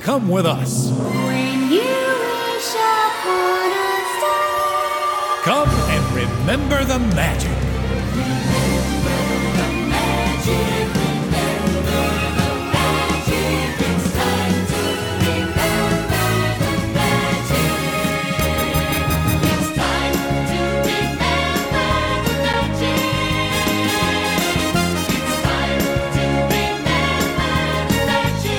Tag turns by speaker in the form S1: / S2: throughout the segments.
S1: Come with us.
S2: When you wish upon a star,
S1: Come and remember the magic.
S2: magic, remember the magic. It's time to remember the magic. It's time to remember the magic. It's time to remember the magic.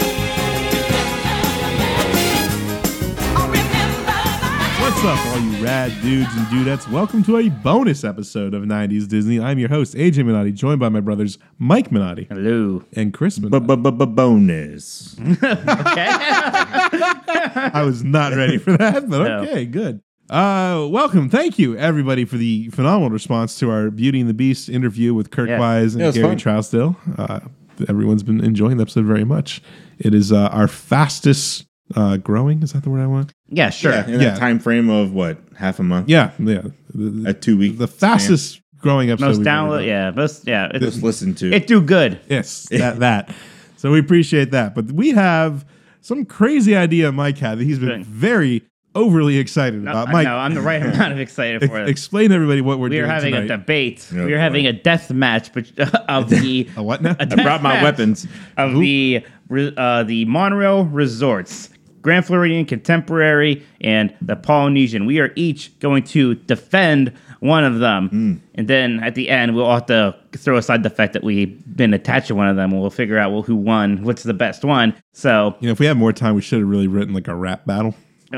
S3: What's up, all you rad dudes and dudettes? Welcome to a bonus episode of 90s Disney. I'm your host, AJ Minotti, joined by my brothers, Mike Minotti
S4: Hello.
S3: and Chris Minotti.
S4: Bonus.
S3: I was not ready for that, but okay, good. Uh, welcome. Thank you, everybody, for the phenomenal response to our Beauty and the Beast interview with Kirk
S4: Yeah.
S3: Wise and
S5: Yeah, it was
S3: Gary
S5: fun.
S3: Trousdale. Uh, everyone's been enjoying the episode very much. It is uh, our fastest uh, growing. Is that the word I want?
S4: Yeah, sure.
S5: Yeah, in
S3: Yeah.
S5: that time frame of what half a month,
S3: Yeah, yeah. The,
S5: a two week,
S3: the fastest growing episode.
S4: Most
S3: we've ever done.
S4: download. Yeah, most. Yeah, it,
S5: Just listen to
S4: it do good.
S3: Yes, that that. So we appreciate that. But we have some crazy idea Mike had that he's been
S4: Thing.
S3: very overly excited
S4: No,
S3: about.
S4: I-
S3: Mike,
S4: no, I'm the right amount of excited
S3: ex-
S4: for it.
S3: explain to everybody what we're
S4: We
S3: doing
S4: are having
S3: tonight.
S4: a debate.
S5: Oh,
S4: we are having
S5: boy.
S4: a death match bet- of the.
S3: A what now?
S4: a
S5: I brought
S4: death
S5: my
S4: match
S5: weapons.
S4: of the re- uh, the Monorail Resorts, Grand Floridian Contemporary, and the Polynesian. We are each going to defend one of them, and then at the end we'll have to throw aside the fact that we've been attached to one of them, and we'll figure out well who won, what's the best one. So
S3: you know, if we had more time, we should have really written like a rap battle.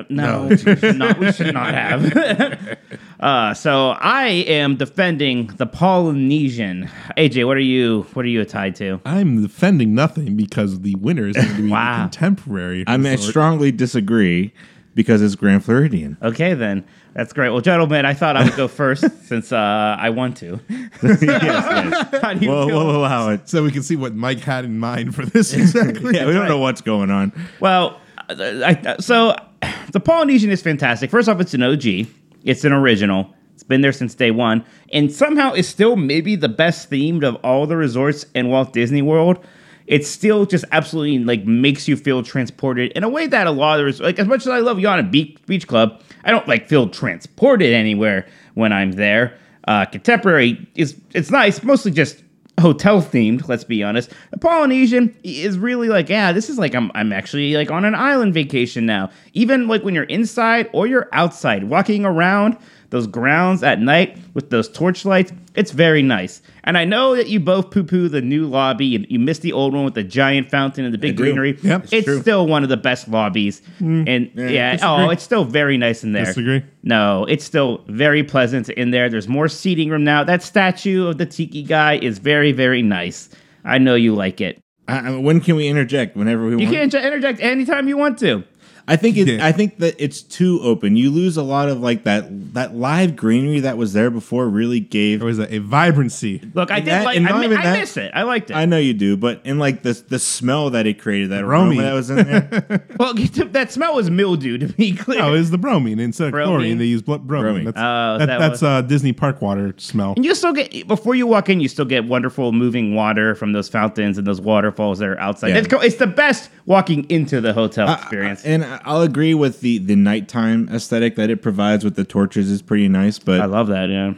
S4: no, we should not, we should not have. uh, so I am defending the Polynesian. AJ, what are you? What are you tied to?
S3: I'm defending nothing because the winner is going to be
S4: Wow.
S3: the contemporary.
S5: I mean, I
S3: resort.
S5: strongly disagree because it's Grand Floridian.
S4: Okay, then. That's great. Well, gentlemen, I thought I would go first since uh, I want to. How do you
S5: Well,
S4: feel?
S5: we'll allow it.
S3: So we can see what Mike had in mind for this exactly.
S5: Yeah, we don't know what's going on.
S4: Well, I, I- so the Polynesian is fantastic. First off, it's an OG. It's an original. It's been there since day one, and somehow it's still maybe the best themed of all the resorts in Walt Disney World. It still just absolutely like makes you feel transported in a way that a lot of res- like as much as I love Yana Beach Beach Club, I don't like feel transported anywhere when I'm there. Uh, contemporary is it's nice, mostly just hotel themed. Let's be honest. The Polynesian is really like, yeah, this is like I'm I'm actually like on an island vacation now. Even like when you're inside or you're outside, walking around those grounds at night with those torch lights, it's very nice. And I know that you both poo poo the new lobby and you missed the old one with the giant fountain and the big
S5: do.
S4: greenery.
S3: Yep.
S4: it's still one of the best lobbies. And yeah, oh, it's still very nice in there.
S3: Disagree.
S4: No, it's still very pleasant in there. There's more seating room now. That statue of the tiki guy is very, very nice. I know you like it.
S5: I, I, when can we interject? Whenever we
S4: You
S5: want.
S4: can inter- interject anytime you want to.
S5: I think it,
S3: Yeah.
S5: I think that it's too open. You lose a lot of like that that live greenery that was there before. Really gave
S4: Oh,
S3: There was a, a vibrancy.
S4: Look, I
S5: And
S4: did
S5: that-
S4: like.
S5: and
S4: I,
S5: not
S4: mi-
S5: even
S4: I
S5: that-
S4: miss it. I liked it.
S5: I know you do, but in like the the smell that it created, that
S3: Romy.
S5: aroma that was in there.
S4: well, that smell was mildew, to be clear.
S3: Oh, it's the bromine instead of chlorine.
S4: Bromine?
S3: They use bl- bromine.
S5: Bromine.
S3: That's,
S4: Oh,
S3: that,
S4: that
S3: that's
S4: was-
S3: uh, Disney park water smell.
S4: And you still get before you walk in, you still get wonderful moving water from those fountains and those waterfalls that are outside.
S5: Yeah.
S4: It's, co- it's the best walking into the hotel experience.
S5: I- and I- I'll agree with the the nighttime aesthetic that it provides with the torches is pretty nice, but
S4: I love that. Yeah.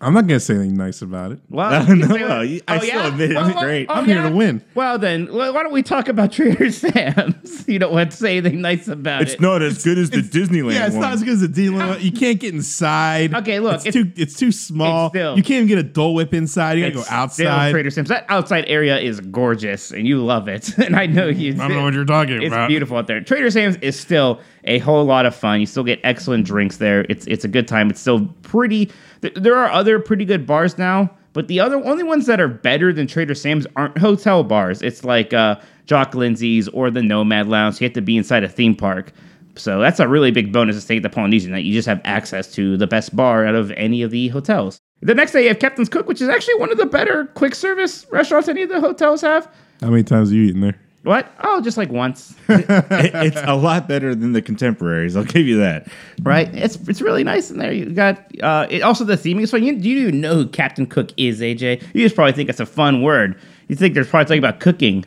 S3: I'm not going to say anything nice about it.
S4: Well, Oh,
S5: No, no, you- I still admit it was
S4: well, oh,
S5: great.
S3: I'm here to win.
S4: Well, then, wh- why don't we talk about Trader Sam's? You don't want to say anything nice about
S5: it's
S4: it.
S5: not as good as the Disneyland
S3: Yeah, it's
S5: one.
S3: not as good as the Disneyland. You can't get inside.
S4: Okay, look,
S3: it's,
S4: it's-
S3: too it's too small.
S4: it's still-
S3: you can't even get a Dole Whip inside. You gotta
S4: It's
S3: go
S4: still
S3: outside.
S4: Trader Sam's. That outside area is gorgeous, and you love it. And I know
S5: Mm,
S4: you.
S3: I don't know what you're talking
S4: It's
S3: about.
S4: beautiful out there. Trader Sam's is still a whole lot of fun. You still get excellent drinks there. It's it's a good time. It's still pretty. th- There are other pretty good bars now, but the other only ones that are better than Trader Sam's aren't hotel bars. It's like uh, Jock Lindsey's or the Nomad Lounge. You have to be inside a theme park. So that's a really big bonus to stay at the Polynesian that you just have access to the best bar out of any of the hotels. The next day you have Captain's Cook, which is actually one of the better quick service restaurants any of the hotels have.
S3: How many times have you eaten there?
S4: What? Oh, just like once.
S5: It- it's a lot better than the contemporaries. I'll give you that.
S4: right? It's it's really nice in there. You got uh, it, also the theming is fun. You you don't even know who Captain Cook is, AJ. You just probably think it's a fun word. You think they're probably talking about cooking.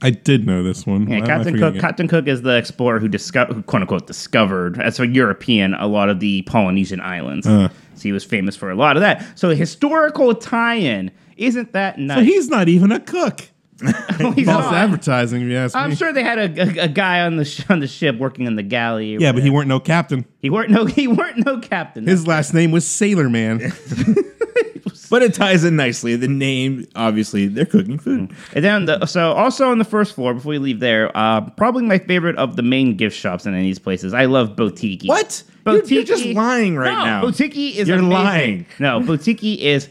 S3: I did know this one.
S4: Yeah,
S3: Why am I
S4: Captain Cook.
S3: forgetting it?
S4: Captain Cook is the explorer who discovered, quote unquote, discovered as a European a lot of the Polynesian islands.
S3: Uh.
S4: So he was famous for a lot of that. So a historical tie-in isn't that nice?
S3: So he's not even a cook.
S4: He's
S3: False
S4: not.
S3: advertising, if you ask
S4: I'm
S3: me.
S4: sure they had a, a, a guy on the sh- on the ship working in the galley. or
S3: Yeah, but he
S4: whatever.
S3: weren't no captain.
S4: he weren't no he weren't no captain.
S3: His last name was Sailor Man.
S5: But it ties in nicely. The name, obviously, they're cooking food.
S4: And then, the, so also on the first floor, before we leave there, uh, probably my favorite of the main gift shops in any of these places. I love Boutique.
S5: What? You're- you're just lying right
S4: no,
S5: now.
S4: Boutique is
S5: You're
S4: amazing.
S5: lying.
S4: No, Boutique is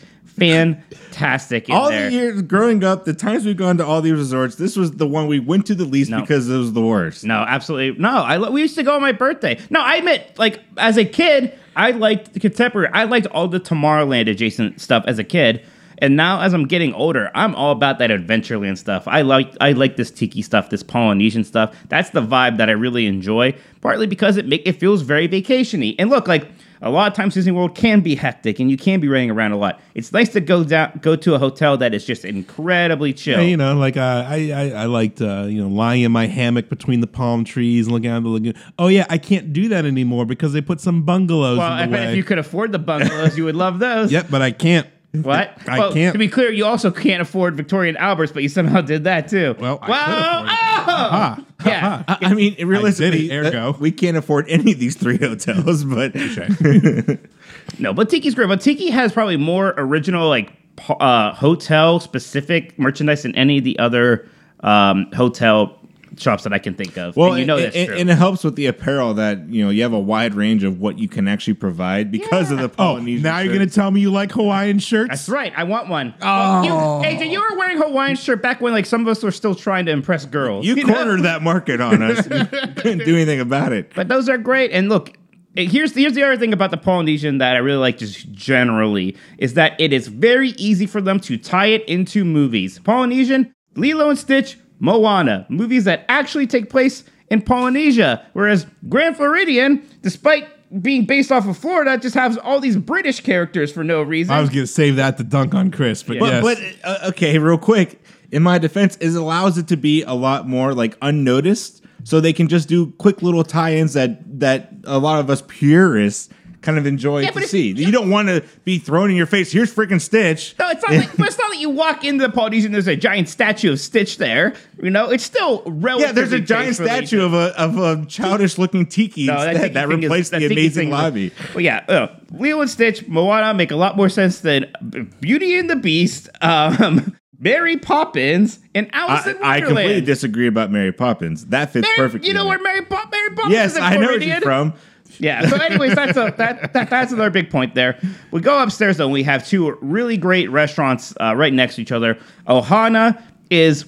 S4: fantastic. in
S5: all
S4: there.
S5: the years growing up, the times we've gone to all these resorts, this was the one we went to the least
S4: No.
S5: because it was the worst.
S4: No, absolutely no. I lo- we used to go on my birthday. No, I admit, like as a kid, I liked the contemporary. I liked all the Tomorrowland adjacent stuff as a kid, and now as I'm getting older, I'm all about that Adventureland stuff. I like I like this tiki stuff, this Polynesian stuff. That's the vibe that I really enjoy. Partly because it make it feels very vacationy. And look, like a lot of times Disney World can be hectic, and you can be running around a lot. It's nice to go down, go to a hotel that is just incredibly chill.
S3: you know, like uh, I, I, I liked uh, you know lying in my hammock between the palm trees and looking out the lagoon. Oh yeah, I can't do that anymore because they put some bungalows
S4: well, I
S3: in the
S4: bet
S3: way.
S4: if you could afford the bungalows, you would love those.
S3: Yep, but I can't.
S4: What?
S3: I
S4: Well,
S3: can't.
S4: To be clear, you also can't afford Victorian Alberts, but you somehow did that too.
S3: Well, I could
S4: Well,
S3: afford it.
S4: oh, yeah.
S5: I, I mean, realistically,
S3: I did it, ergo.
S5: uh, we can't afford any of these three hotels, but
S4: No, but Tiki's great. But Tiki has probably more original, like po- uh, hotel specific merchandise than any of the other um, hotel shops that I can think of. and you know
S5: it-
S4: that's
S5: it-
S4: true.
S5: and it helps with the apparel that you know you have a wide range of what you can actually provide because of the
S3: Oh,
S5: Polynesian.
S3: now you're
S5: shirts.
S3: gonna tell me you like Hawaiian shirts?
S4: that's right. I want one. Oh, you, AJ, you were wearing Hawaiian shirt back when like some of us were still trying to impress girls.
S5: You
S4: know?
S5: cornered that market on us. You couldn't do anything about it.
S4: But those are great. And look, it- here's the, here's the other thing about the Polynesian that I really like, just generally, is that it is very easy for them to tie it into movies. Polynesian, Lilo and Stitch, Moana, movies that actually take place in Polynesia. Whereas Grand Floridian, despite being based off of Florida, just has all these British characters for no reason.
S3: I was gonna save that to dunk on Chris, but
S5: But,
S3: yes.
S5: but uh, okay, real quick. In my defense, it allows it to be a lot more like unnoticed, so they can just do quick little tie-ins that that a lot of us purists kind of enjoy
S4: Yeah,
S5: to
S4: but it's-
S5: see. You don't want to be thrown in your face. Here's freaking Stitch.
S4: No, it's not. Like, but it's not that you walk into the Polynesian. There's a giant statue of Stitch there. You know, it's still relatively.
S5: Yeah, there's a giant
S4: tastefully
S5: statue of a of a childish looking tiki instead
S4: tiki
S5: that,
S4: thing is-
S5: replaced
S4: that
S5: the
S4: tiki
S5: amazing
S4: thing-
S5: lobby.
S4: Well, yeah, uh, Leo and Stitch, Moana make a lot more sense than Beauty and the Beast, um, Mary Poppins, and Alice
S5: I,
S4: in
S5: I
S4: Wonderland.
S5: completely disagree about Mary Poppins. That fits
S4: Mary-
S5: perfectly.
S4: You know
S5: in
S4: where
S5: it.
S4: Mary, Pop- Mary Poppins
S5: Yes,
S4: is? in
S5: I know where
S4: Floridian?
S5: she's from.
S4: Yeah. So, anyways, that's a that, that that's another big point there. We go upstairs though. And we have two really great restaurants uh, right next to each other. Ohana is,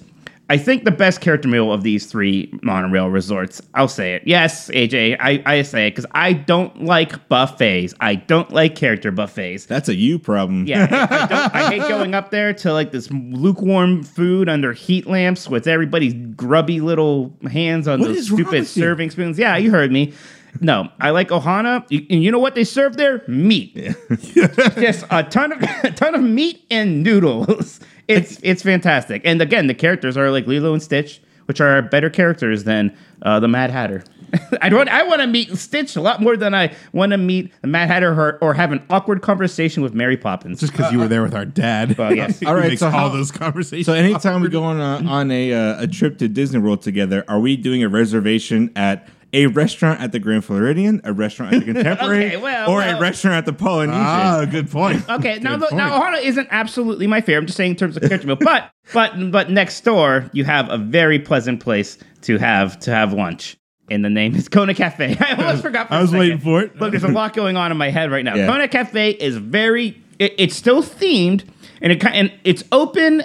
S4: I think, the best character meal of these three monorail resorts. I'll say it. Yes, AJ, I, I say it because I don't like buffets. I don't like character buffets.
S5: That's a you problem.
S4: Yeah, I, I don't, I hate going up there to like this lukewarm food under heat lamps with everybody's grubby little hands on
S5: What
S4: those
S5: is wrong
S4: stupid
S5: with you?
S4: serving spoons. Yeah, you heard me. No, I like Ohana, Y- and you know what they serve there? Meat. Just a ton of a ton of meat and noodles. It's it's fantastic. And again, the characters are like Lilo and Stitch, which are better characters than uh, the Mad Hatter. I don't. I want to meet Stitch a lot more than I want to meet the Mad Hatter or, or have an awkward conversation with Mary Poppins.
S3: just because you were there with our dad,
S4: well, yes.
S3: He
S5: All right,
S3: makes
S5: so
S3: all
S5: how-
S3: those conversations.
S5: So anytime we go on a, on a uh, a trip to Disney World together, are we doing a reservation at a restaurant at the Grand Floridian, a restaurant at the Contemporary,
S4: Okay, well,
S5: or
S4: well.
S5: a restaurant at the Polynesian?
S3: ah, good point.
S4: Okay, now
S3: Good
S4: look, now
S3: point.
S4: Ohana isn't absolutely my favorite. I'm just saying in terms of character meal, but but but next door you have a very pleasant place to have to have lunch, and the name is Kona Cafe. I almost forgot. For
S3: I
S4: a
S3: was
S4: second.
S3: waiting for it.
S4: Look, there's a lot going on in my head right now.
S5: Yeah.
S4: Kona Cafe is very. It, it's still themed, and it ki- and it's open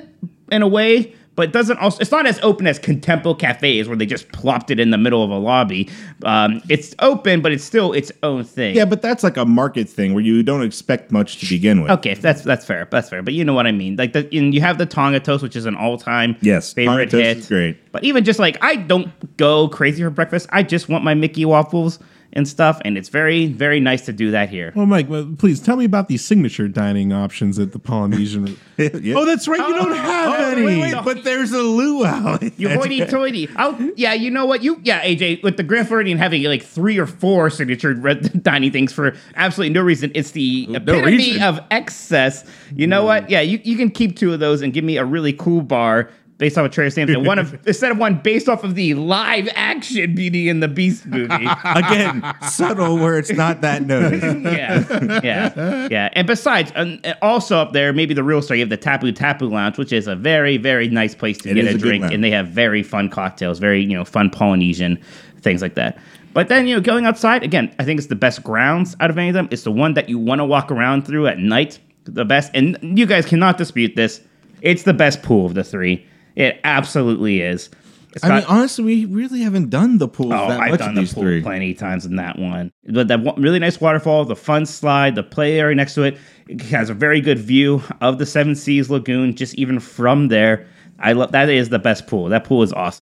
S4: in a way. But it doesn't also. It's not as open as Contempo Cafe is, where they just plopped it in the middle of a lobby. Um, it's open, but it's still its own thing.
S5: Yeah, but that's like a market thing where you don't expect much to begin with.
S4: Okay, that's that's fair. That's fair. But you know what I mean. Like the and you have the Tonga toast, which is an all-time
S5: Yes,
S4: favorite
S5: Tonga toast
S4: hit.
S5: is great.
S4: But even just like I don't go crazy for breakfast. I just want my Mickey waffles and stuff. And it's very, very nice to do that here.
S3: Well, Mike, well, please tell me about the signature dining options at the Polynesian. Oh, that's right. You don't have
S4: oh,
S3: any.
S4: wait, wait.
S5: but there's a luau.
S4: You hoity-toity. Oh, yeah. You know what? You yeah, AJ with the Grand Floridian having like three or four signature red dining things for absolutely no reason. It's the epitome
S5: reason.
S4: of excess. You know what? Yeah, you, you can keep two of those and give me a really cool bar based off of Trader Sam's and one of instead of one based off of the live action Beauty and the Beast movie.
S5: Again, subtle where it's not that noticed.
S4: yeah, yeah, yeah. And besides, and and also up there, maybe the real star, you have the Tapu Tapu Lounge, which is a very, very nice place to
S5: It
S4: get
S5: is
S4: a
S5: a good
S4: drink,
S5: lounge.
S4: and they have very fun cocktails, very you know fun Polynesian things like that. But then you know, going outside again, I think it's the best grounds out of any of them. It's the one that you want to walk around through at night, the best. And you guys cannot dispute this. It's the best pool of the three. It absolutely is. It's
S5: I mean,
S4: got-
S5: honestly, we really haven't done the pools
S4: Oh,
S5: that
S4: I've
S5: much
S4: done
S5: of
S4: the
S5: these
S4: pool
S5: three.
S4: plenty times in that one. But that one, really nice waterfall, the fun slide, the play area next to it, it has a very good view of the Seven Seas Lagoon. Just even from there, I love that is the best pool. That pool is awesome.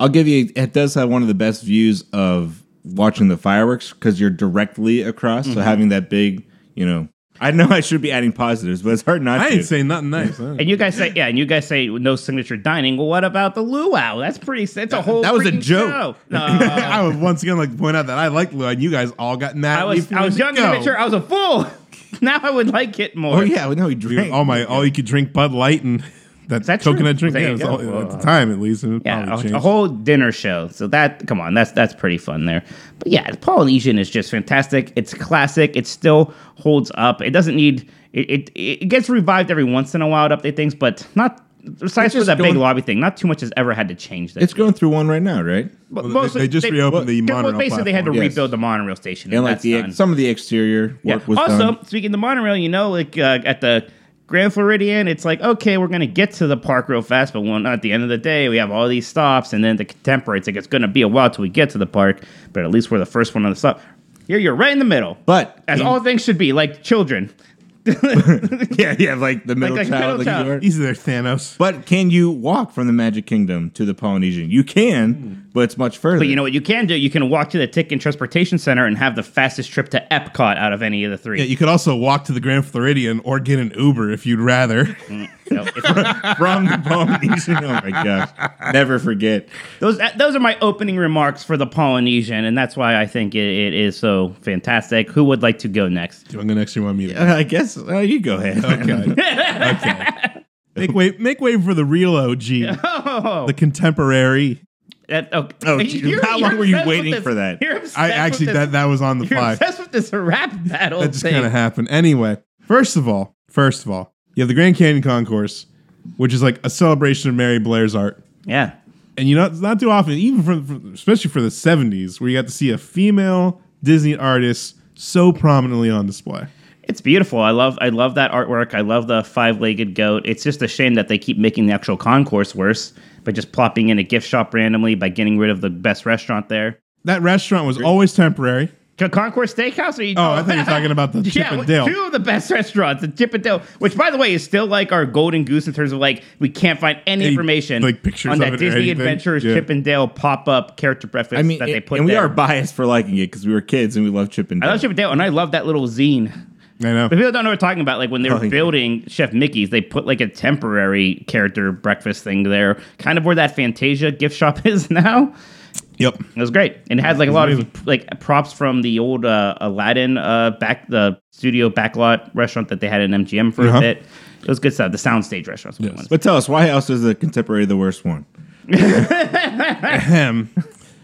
S5: I'll give you. It does have one of the best views of watching the fireworks because you're directly across. So having that big, you know, I know I should be adding positives, but it's hard not
S3: I
S5: to.
S3: ain't saying nothing nice. huh?
S4: And you guys say, yeah, and you guys say no signature dining. Well, what about the luau? That's pretty. That's a whole.
S5: that was a
S4: freaking
S5: joke.
S4: show. No,
S3: I would once again like to point out that I like Lou, and you guys all got mad.
S4: Um, I
S3: at me
S4: was
S3: for
S4: I
S3: years
S4: was young
S3: ago.
S4: and immature. I was a fool. now I would like it more.
S5: oh yeah, well, no, he drank.
S3: All my all you could drink Bud Light and that,
S4: that true?
S3: coconut drink.
S4: There
S3: Yeah,
S4: you
S3: it was
S4: go.
S3: all, at the time at least. It
S4: Yeah,
S3: probably
S4: a, a
S3: changed.
S4: whole dinner show. So that, come on, that's that's pretty fun there. But yeah, Polynesian is just fantastic. It's classic. It still holds up. It doesn't need it. It, it gets revived every once in a while to update things, but not besides for
S5: just
S4: that big
S5: going-
S4: lobby thing. Not too much has ever had to change that.
S5: it's going through one right now, right?
S4: But
S3: Well, they- they just reopened the
S4: well,
S3: monorail
S4: Basically, they had to
S5: platform. Yes.
S4: rebuild the monorail station,
S5: And
S4: and,
S5: like
S4: that's
S5: the
S4: done.
S5: ex- some of the exterior work was
S4: also,
S5: done.
S4: speaking of the monorail, you know, like uh, at the Grand Floridian, it's like, okay, we're going to get to the park real fast, but when, at the end of the day, we have all these stops. And then the Contemporary, it's like, it's going to be a while till we get to the park, but at least we're the first one on the stop. Here, you're right in the middle.
S5: But
S4: as all things should be, like children.
S5: yeah, yeah, like the middle
S4: like middle
S5: child. like you
S4: child.
S5: are.
S3: Easy there, Thanos.
S5: But can you walk from the Magic Kingdom to the Polynesian? You can, but it's much further.
S4: Hmm. But you know what you can do? You can walk to the Tick and Transportation Center and have the fastest trip to Epcot out of any of the three.
S3: Yeah, you could also walk to the Grand Floridian or get an Uber if you'd rather.
S4: So it's-
S5: from the Polynesian. Oh my gosh, never forget.
S4: Those those are my opening remarks for the Polynesian, and that's why I think it, it is so fantastic. Who would like to go next?
S3: Do you want to go next? Or you want me to?
S5: Uh, I guess uh, you go ahead.
S3: Okay. okay. Make way, make way for the real OG,
S4: Oh,
S3: the contemporary.
S4: that, okay.
S5: Oh, gee, how long were you
S4: obsessed with
S5: waiting
S4: this-
S5: for that?
S4: You're obsessed
S3: I actually
S4: with this,
S3: that that was on the
S4: you're
S3: fly.
S4: obsessed with this rap battle
S3: That just
S4: thing.
S3: kind of happened. Anyway, first of all, first of all, you have the Grand Canyon Concourse, which is like a celebration of Mary Blair's art.
S4: yeah,
S3: and you know it's not too often even for, for especially for the 70s where you got to see a female disney artist so prominently on display
S4: it's beautiful. I love I love that artwork. I love the five legged goat. It's just a shame that they keep making the actual concourse worse by just plopping in a gift shop randomly by getting rid of the best restaurant there.
S3: that restaurant was always temporary
S4: Con- Concourse Steakhouse? Or you
S3: oh i think you're talking about the chip and
S4: well,
S3: dale
S4: Two of the best restaurants, the Chip and Dale, which by the way is still like our golden goose in terms of like we can't find any,
S3: Any,
S4: information
S3: like, pictures
S4: on
S3: of
S4: that
S3: it or
S4: Disney
S3: anything?
S4: Adventures
S3: Yeah.
S4: Chip and Dale pop up character breakfast
S5: I mean,
S4: that they
S5: and-
S4: put
S5: and
S4: there.
S5: we are biased for liking it because we were kids and we love Chip and
S4: I
S5: Dale.
S4: love Chip and Dale, and I love that little zine.
S3: i know
S4: But people don't know what we're talking about. Like when they were
S5: Oh, yeah.
S4: building Chef Mickey's, they put like a temporary character breakfast thing there, kind of where that Fantasia gift shop is now.
S3: yep
S4: It was great, and it had like a lot of like props from the old uh, Aladdin uh, back the studio backlot restaurant that they had in MGM for
S3: Uh-huh.
S4: a bit. It was good stuff. The soundstage restaurants. were the ones.
S5: But tell us, why else is the contemporary the worst one?
S3: Ahem.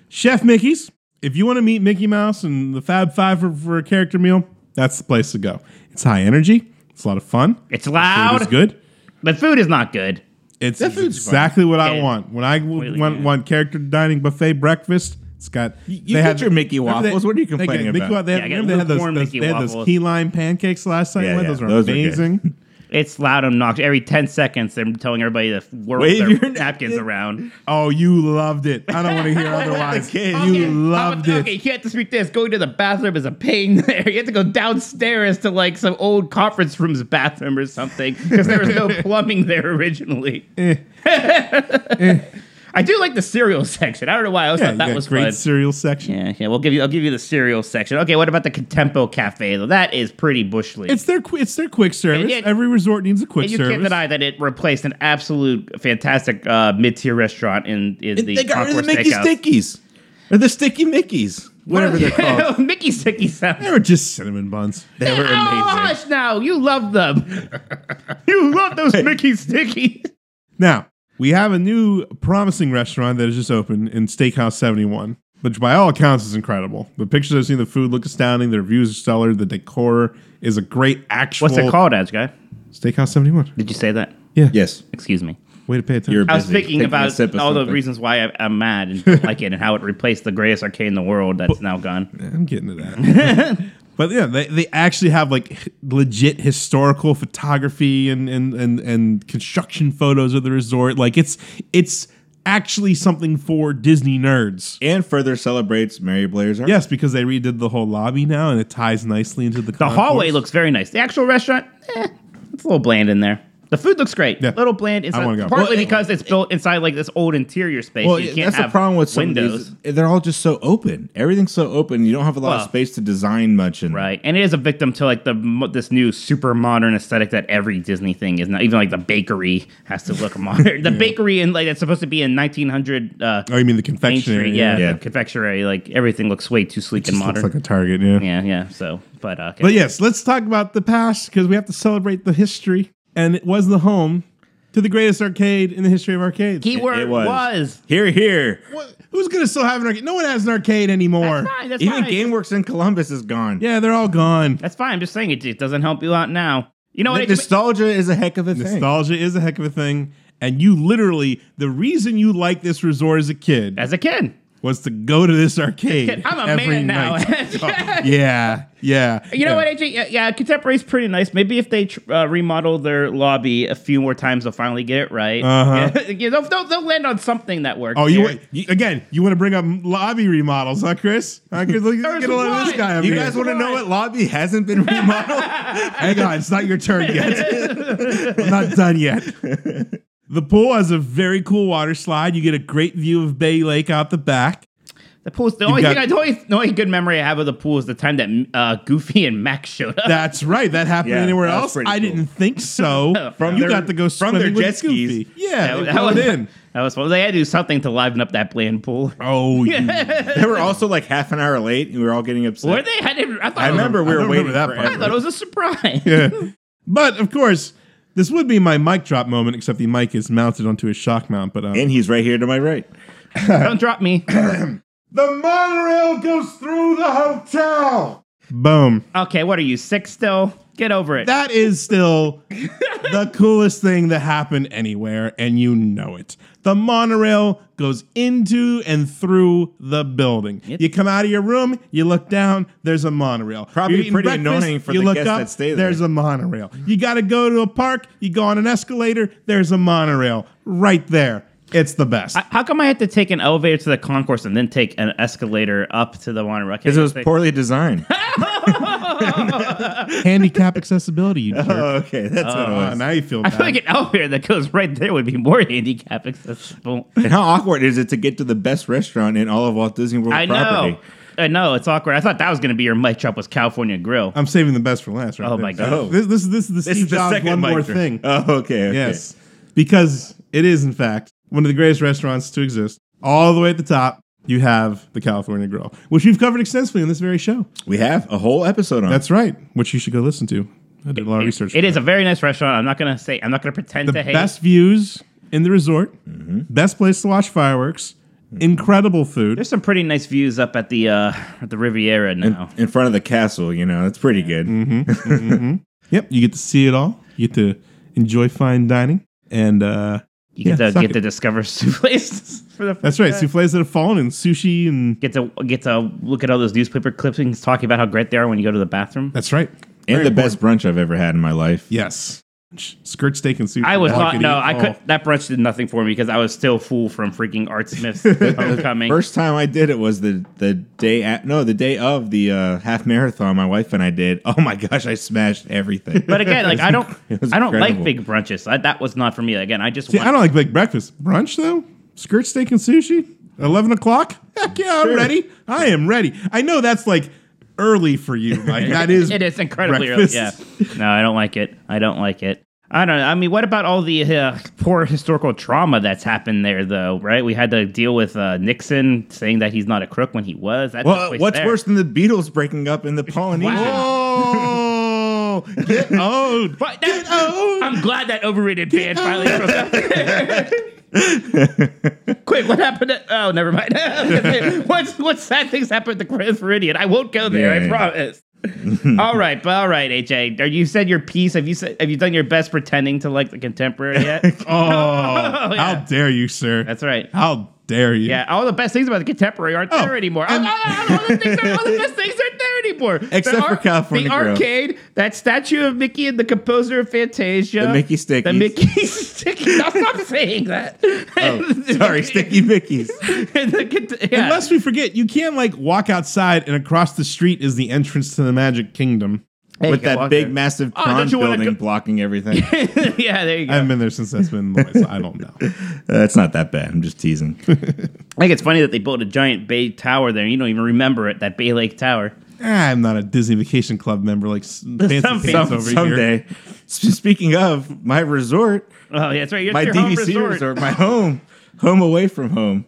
S3: chef mickey's if you want to meet mickey mouse and the fab five for, for a character meal that's the place to go it's high energy it's a lot of fun
S4: It's
S3: food
S4: loud,
S3: is good
S4: but food is not good.
S3: It's
S5: That food's
S3: exactly what I
S4: Yeah.
S3: want. When I w-
S4: Really
S3: want,
S4: good.
S3: want character dining buffet breakfast, it's got
S5: you get your Mickey
S3: remember they-
S5: waffles. What are you
S3: they get
S5: complaining
S3: Mickey
S5: about?
S3: wa- They,
S4: Yeah, I
S3: had-
S4: get
S3: remember they had those,
S4: lukewarm
S3: those-
S4: Mickey
S3: they had those
S4: waffles.
S3: key lime pancakes last night.
S5: Yeah,
S3: right?
S5: yeah,
S3: Those were
S5: those are good.
S3: amazing.
S4: It's loud and obnoxious. Every ten seconds, they're telling everybody to whirl
S5: Wave
S4: their
S5: your
S4: napkins
S5: napkin.
S4: around.
S3: oh, you loved it. I don't want to hear otherwise.
S5: kid.
S3: You
S5: Okay,
S3: loved
S4: okay,
S3: it.
S4: Okay, you can't dispute this. Going to the bathroom is a pain. There, you have to go downstairs to like some old conference room's bathroom
S5: Eh.
S4: or something because there was no plumbing there originally. I do like the cereal section. I don't know why I always
S3: Yeah,
S4: thought
S3: you
S4: that
S3: got
S4: was
S3: great
S4: fun.
S3: cereal section.
S4: yeah, yeah, we'll give you. I'll give you the cereal section. Okay, what about the Contempo Cafe though? That is pretty bush league.
S3: It's their qu- it's their quick service.
S4: yet-
S3: Every resort needs a quick
S4: and you
S3: service.
S4: can't deny that it replaced an absolute fantastic uh, mid-tier restaurant in, in the
S5: they got rid of the
S4: Concourse
S5: Mickey
S4: Steakhouse.
S5: Stickies or the Sticky Mickeys, whatever they're called.
S4: Mickey Sticky sounds.
S3: they were just cinnamon buns.
S5: They were
S4: Oh,
S5: amazing.
S4: hush now. You love them. you love those Mickey Stickies.
S3: Now we have a new promising restaurant that has just opened in Steakhouse Seventy One, which by all accounts is incredible. The pictures I've seen, of the food look astounding. The reviews are stellar. The decor is a great actual.
S4: What's it called, Edge guy?
S3: Steakhouse Seventy One.
S4: Did you say that?
S5: Yes,
S4: Excuse me.
S3: Way to pay attention.
S5: you're
S4: I was
S5: busy
S4: thinking
S5: taking a
S4: about
S5: sip of
S4: all the
S5: something.
S4: reasons why I, I'm mad and don't like it, and how it replaced the greatest arcade in the world that's now gone.
S3: I'm getting to that. but yeah, they, they actually have like h- legit historical photography and, and and and construction photos of the resort. Like it's it's actually something for Disney nerds.
S5: And further celebrates Mary Blair's art.
S3: Yes, because they redid the whole lobby now, and it ties nicely into the
S4: The hallway looks very nice. The actual restaurant, eh, it's a little bland in there. The food looks great.
S3: Yeah.
S4: A little bland inside.
S3: wanna go.
S4: Partly
S3: Well,
S4: because it's built inside like this old interior space.
S5: Well,
S4: you can't
S5: that's the
S4: have
S5: problem with some
S4: windows.
S5: Of these, they're all just so open. Everything's so open. You don't have a lot
S4: Well.
S5: of space to design much. In
S4: Right, and it is a victim to like the mo- this new super modern aesthetic that every Disney thing is now. Even like the bakery has to look modern. The bakery and like that's supposed to be in 1900 uh,
S3: Oh, you mean the
S4: Main Street,
S3: confectionery?
S4: yeah,
S5: yeah.
S4: the confectionery. Like everything looks way too sleek and
S3: Just
S4: modern.
S3: looks like a Target. Yeah.
S4: yeah, yeah. So, but uh, okay.
S3: But yes, let's talk about the past because we have to celebrate the history, and it was the home to the greatest arcade in the history of arcades.
S4: keyword
S5: it was.
S4: was.
S5: here, here.
S3: What- who's gonna still have an arcade? No one has an arcade anymore.
S4: That's fine. That's
S5: Even
S4: fine.
S5: GameWorks in Columbus is gone.
S3: Yeah, they're all gone.
S4: that's fine. I'm just saying it, it doesn't help you out now. You know
S5: Like,
S4: what? It,
S5: nostalgia is a heck of a thing.
S3: Nostalgia is a heck of a thing. And you literally, the reason you liked this resort as a kid
S4: as a kid,
S3: was to go to this arcade.
S4: I'm a
S3: every
S4: man now.
S3: night. Oh. yeah, yeah.
S4: You
S3: yeah.
S4: know what, AJ? Yeah, yeah, contemporary's pretty nice. Maybe if they tr- uh, remodel their lobby a few more times, they'll finally get it right.
S3: Uh-huh.
S4: Yeah, they'll, they'll, they'll land on something that works.
S3: Oh, you,
S4: here.
S3: want- you again? You want to bring up lobby remodels, huh, Chris? Huh, Chris? Look,
S4: There's
S3: get a load of
S4: one.
S3: this guy. up
S5: You
S3: here.
S5: guys want to know what lobby hasn't been remodeled?
S3: Hang on, it's not your turn yet. I'm not done yet. The pool has a very cool water slide. You get a great view of Bay Lake out the back.
S4: The pool's the only
S3: got-
S4: thing. I, the, only, the only good memory I have of the pool is the time that uh, Goofy and Max showed up.
S3: That's right. That happened
S5: Yeah,
S3: anywhere
S5: that was
S3: else.
S5: pretty
S3: I
S5: cool.
S3: didn't think so.
S4: From
S3: you
S5: their-
S3: got to go
S5: from their
S3: swimming with
S5: jet skis.
S3: Goofy. Yeah,
S4: that,
S3: they
S4: that
S3: pulled
S4: was
S3: in.
S4: That was fun. They had to do something to liven up that bland pool.
S3: Oh, you-
S5: they were also like half an hour late, and we were all getting upset.
S4: Were they? I, didn't, I thought.
S5: I
S4: it was-
S5: remember we
S3: I
S5: were
S3: don't
S5: waiting
S3: remember that
S5: for
S3: part.
S4: I thought it was a surprise.
S3: but of course, this would be my mic drop moment. Except the mic is mounted onto a shock mount. But um,
S5: and he's right here to my right.
S4: Don't drop me.
S3: the monorail goes through the hotel. Boom.
S4: Okay, what are you sick still? Get over it.
S3: That is still the coolest thing that happened anywhere, and you know it. The monorail goes into and through the building. you come out of your room, you look down, there's a monorail.
S5: Probably
S3: You're eating
S5: pretty
S3: breakfast,
S5: annoying for the guests that stay there.
S3: There's a monorail. You got to go to a park, you go on an escalator, there's a monorail right there. It's the best.
S4: How come I had to take an elevator to the concourse and then take an escalator up to the one?
S5: Because it was poorly designed.
S3: Handicap accessibility, you jerk.
S5: oh, okay, that's what it
S3: Ah,
S5: was.
S3: now you feel
S4: I
S3: bad.
S4: feel like an elevator that goes right there would be more handicap accessible.
S5: And how awkward is it to get to the best restaurant in all of Walt Disney World
S4: I
S5: property?
S4: know. I know it's awkward. I thought that was going to be your mic drop was California Grill.
S3: I'm saving the best for last, right?
S4: Oh
S3: there.
S4: my God.
S5: Oh.
S3: This, this, this is the
S5: This
S3: Steve
S5: is the
S3: Jobs
S5: second
S3: one
S5: mic
S3: more
S5: drop.
S3: thing.
S5: Oh, okay, okay.
S3: Yes. Because it is, in fact, one of the greatest restaurants to exist. All the way at the top, you have the California Grill, which we've covered extensively on this very show.
S5: We have a whole episode on it.
S3: That's right, which you should go listen to. I did a lot of research. for
S4: It is
S3: that.
S4: a very nice restaurant. I'm not going to say. I'm not going to pretend
S3: the
S4: to hate. Mm-hmm.
S3: best views in the resort, best place to watch fireworks, incredible food.
S4: There's some pretty nice views up at the uh, at the Riviera now.
S5: in front of the castle. You know, that's pretty good.
S3: Mm-hmm. yep, you get to see it all. You get to enjoy fine dining, and uh,
S4: You get
S3: yeah,
S4: to
S3: suck
S4: get
S3: it.
S4: to discover souffles for the first
S3: That's right,
S4: time.
S3: souffles that have fallen, and sushi, and
S4: Get to get to look at all those newspaper clippings talking about how great they are when you go to the bathroom.
S3: that's right.
S5: And
S3: Very
S5: the best brunch I've ever had in my life.
S3: Yes, skirt steak and sushi.
S4: I was
S3: all
S4: not.
S3: could
S4: No,
S3: eat.
S4: I
S3: Oh.
S4: could. That brunch did nothing for me because I was still full from freaking Art Smith's homecoming.
S5: First time I did it was the the day at, no the day of the uh, half marathon my wife and I did. Oh my gosh, I smashed everything.
S4: but again, like I don't,
S5: It was
S4: I don't like
S5: incredible.
S4: big brunches. I, that was not for me. Again, I just
S3: See,
S4: want.
S3: I don't like big breakfast. Brunch though, skirt steak and sushi? 11 o'clock? Heck yeah, I'm
S5: Sure.
S3: ready. I am ready. I know that's like early for you. Like, that is.
S4: it is incredibly early.
S3: breakfast.
S4: Yeah. No, I don't like it. I don't like it. I don't know. I mean, what about all the uh, poor historical trauma that's happened there, though? Right? We had to deal with uh, Nixon saying that he's not a crook when he was. That took
S5: Well,
S4: place
S5: what's
S4: there.
S5: worse than the Beatles breaking up in the Polynesian?
S3: Oh, get old.
S4: But that, I'm glad that overrated band finally broke up. Quick, what happened? To, oh, never mind. what's what sad things happened to Grand Floridian? I won't go there. I
S5: Yeah.
S4: promise. all right, but all right, AJ. Are you said your piece? Have you said? Have you done your best pretending to like the contemporary yet?
S3: Oh, how
S4: yeah.
S3: dare you, sir?
S4: That's right.
S3: how dare you?
S4: Yeah, all the best things about the contemporary aren't
S5: Oh.
S4: there anymore. All-
S3: and-
S4: all, all the things aren't- all the best things aren't there anymore.
S5: Except
S4: The
S5: for California
S4: The
S5: Grill.
S4: arcade, that statue of Mickey and the composer of Fantasia.
S5: The Mickey Stickies.
S4: The Mickey Sticky. No, stop saying that.
S5: Oh, sorry, Sticky Mickeys.
S4: And the cont- yeah.
S3: Unless we forget, you can't like walk outside and across the street is the entrance to the Magic Kingdom.
S4: Hey, you
S5: With
S4: can
S5: that
S4: walk
S5: big,
S4: there.
S5: massive
S4: Oh, don't
S5: prawn
S4: you wanna
S5: building
S4: go-
S5: blocking everything. Uh,
S4: yeah, there you
S3: I
S4: go.
S3: haven't been there since that's been in the way, so I don't know.
S5: That's not that bad. I'm just teasing.
S4: I think it's funny that they built a giant Bay Tower there. You don't even remember it, that Bay Lake Tower.
S3: I'm not a Disney Vacation Club member like s- fancy
S4: Some-
S3: pants
S4: some-
S3: over here.
S5: Someday. S- Speaking of my resort,
S4: Oh, yeah, that's right. You're
S5: my
S4: at your home
S5: DVC resort.
S4: resort.
S5: my home, home away from home.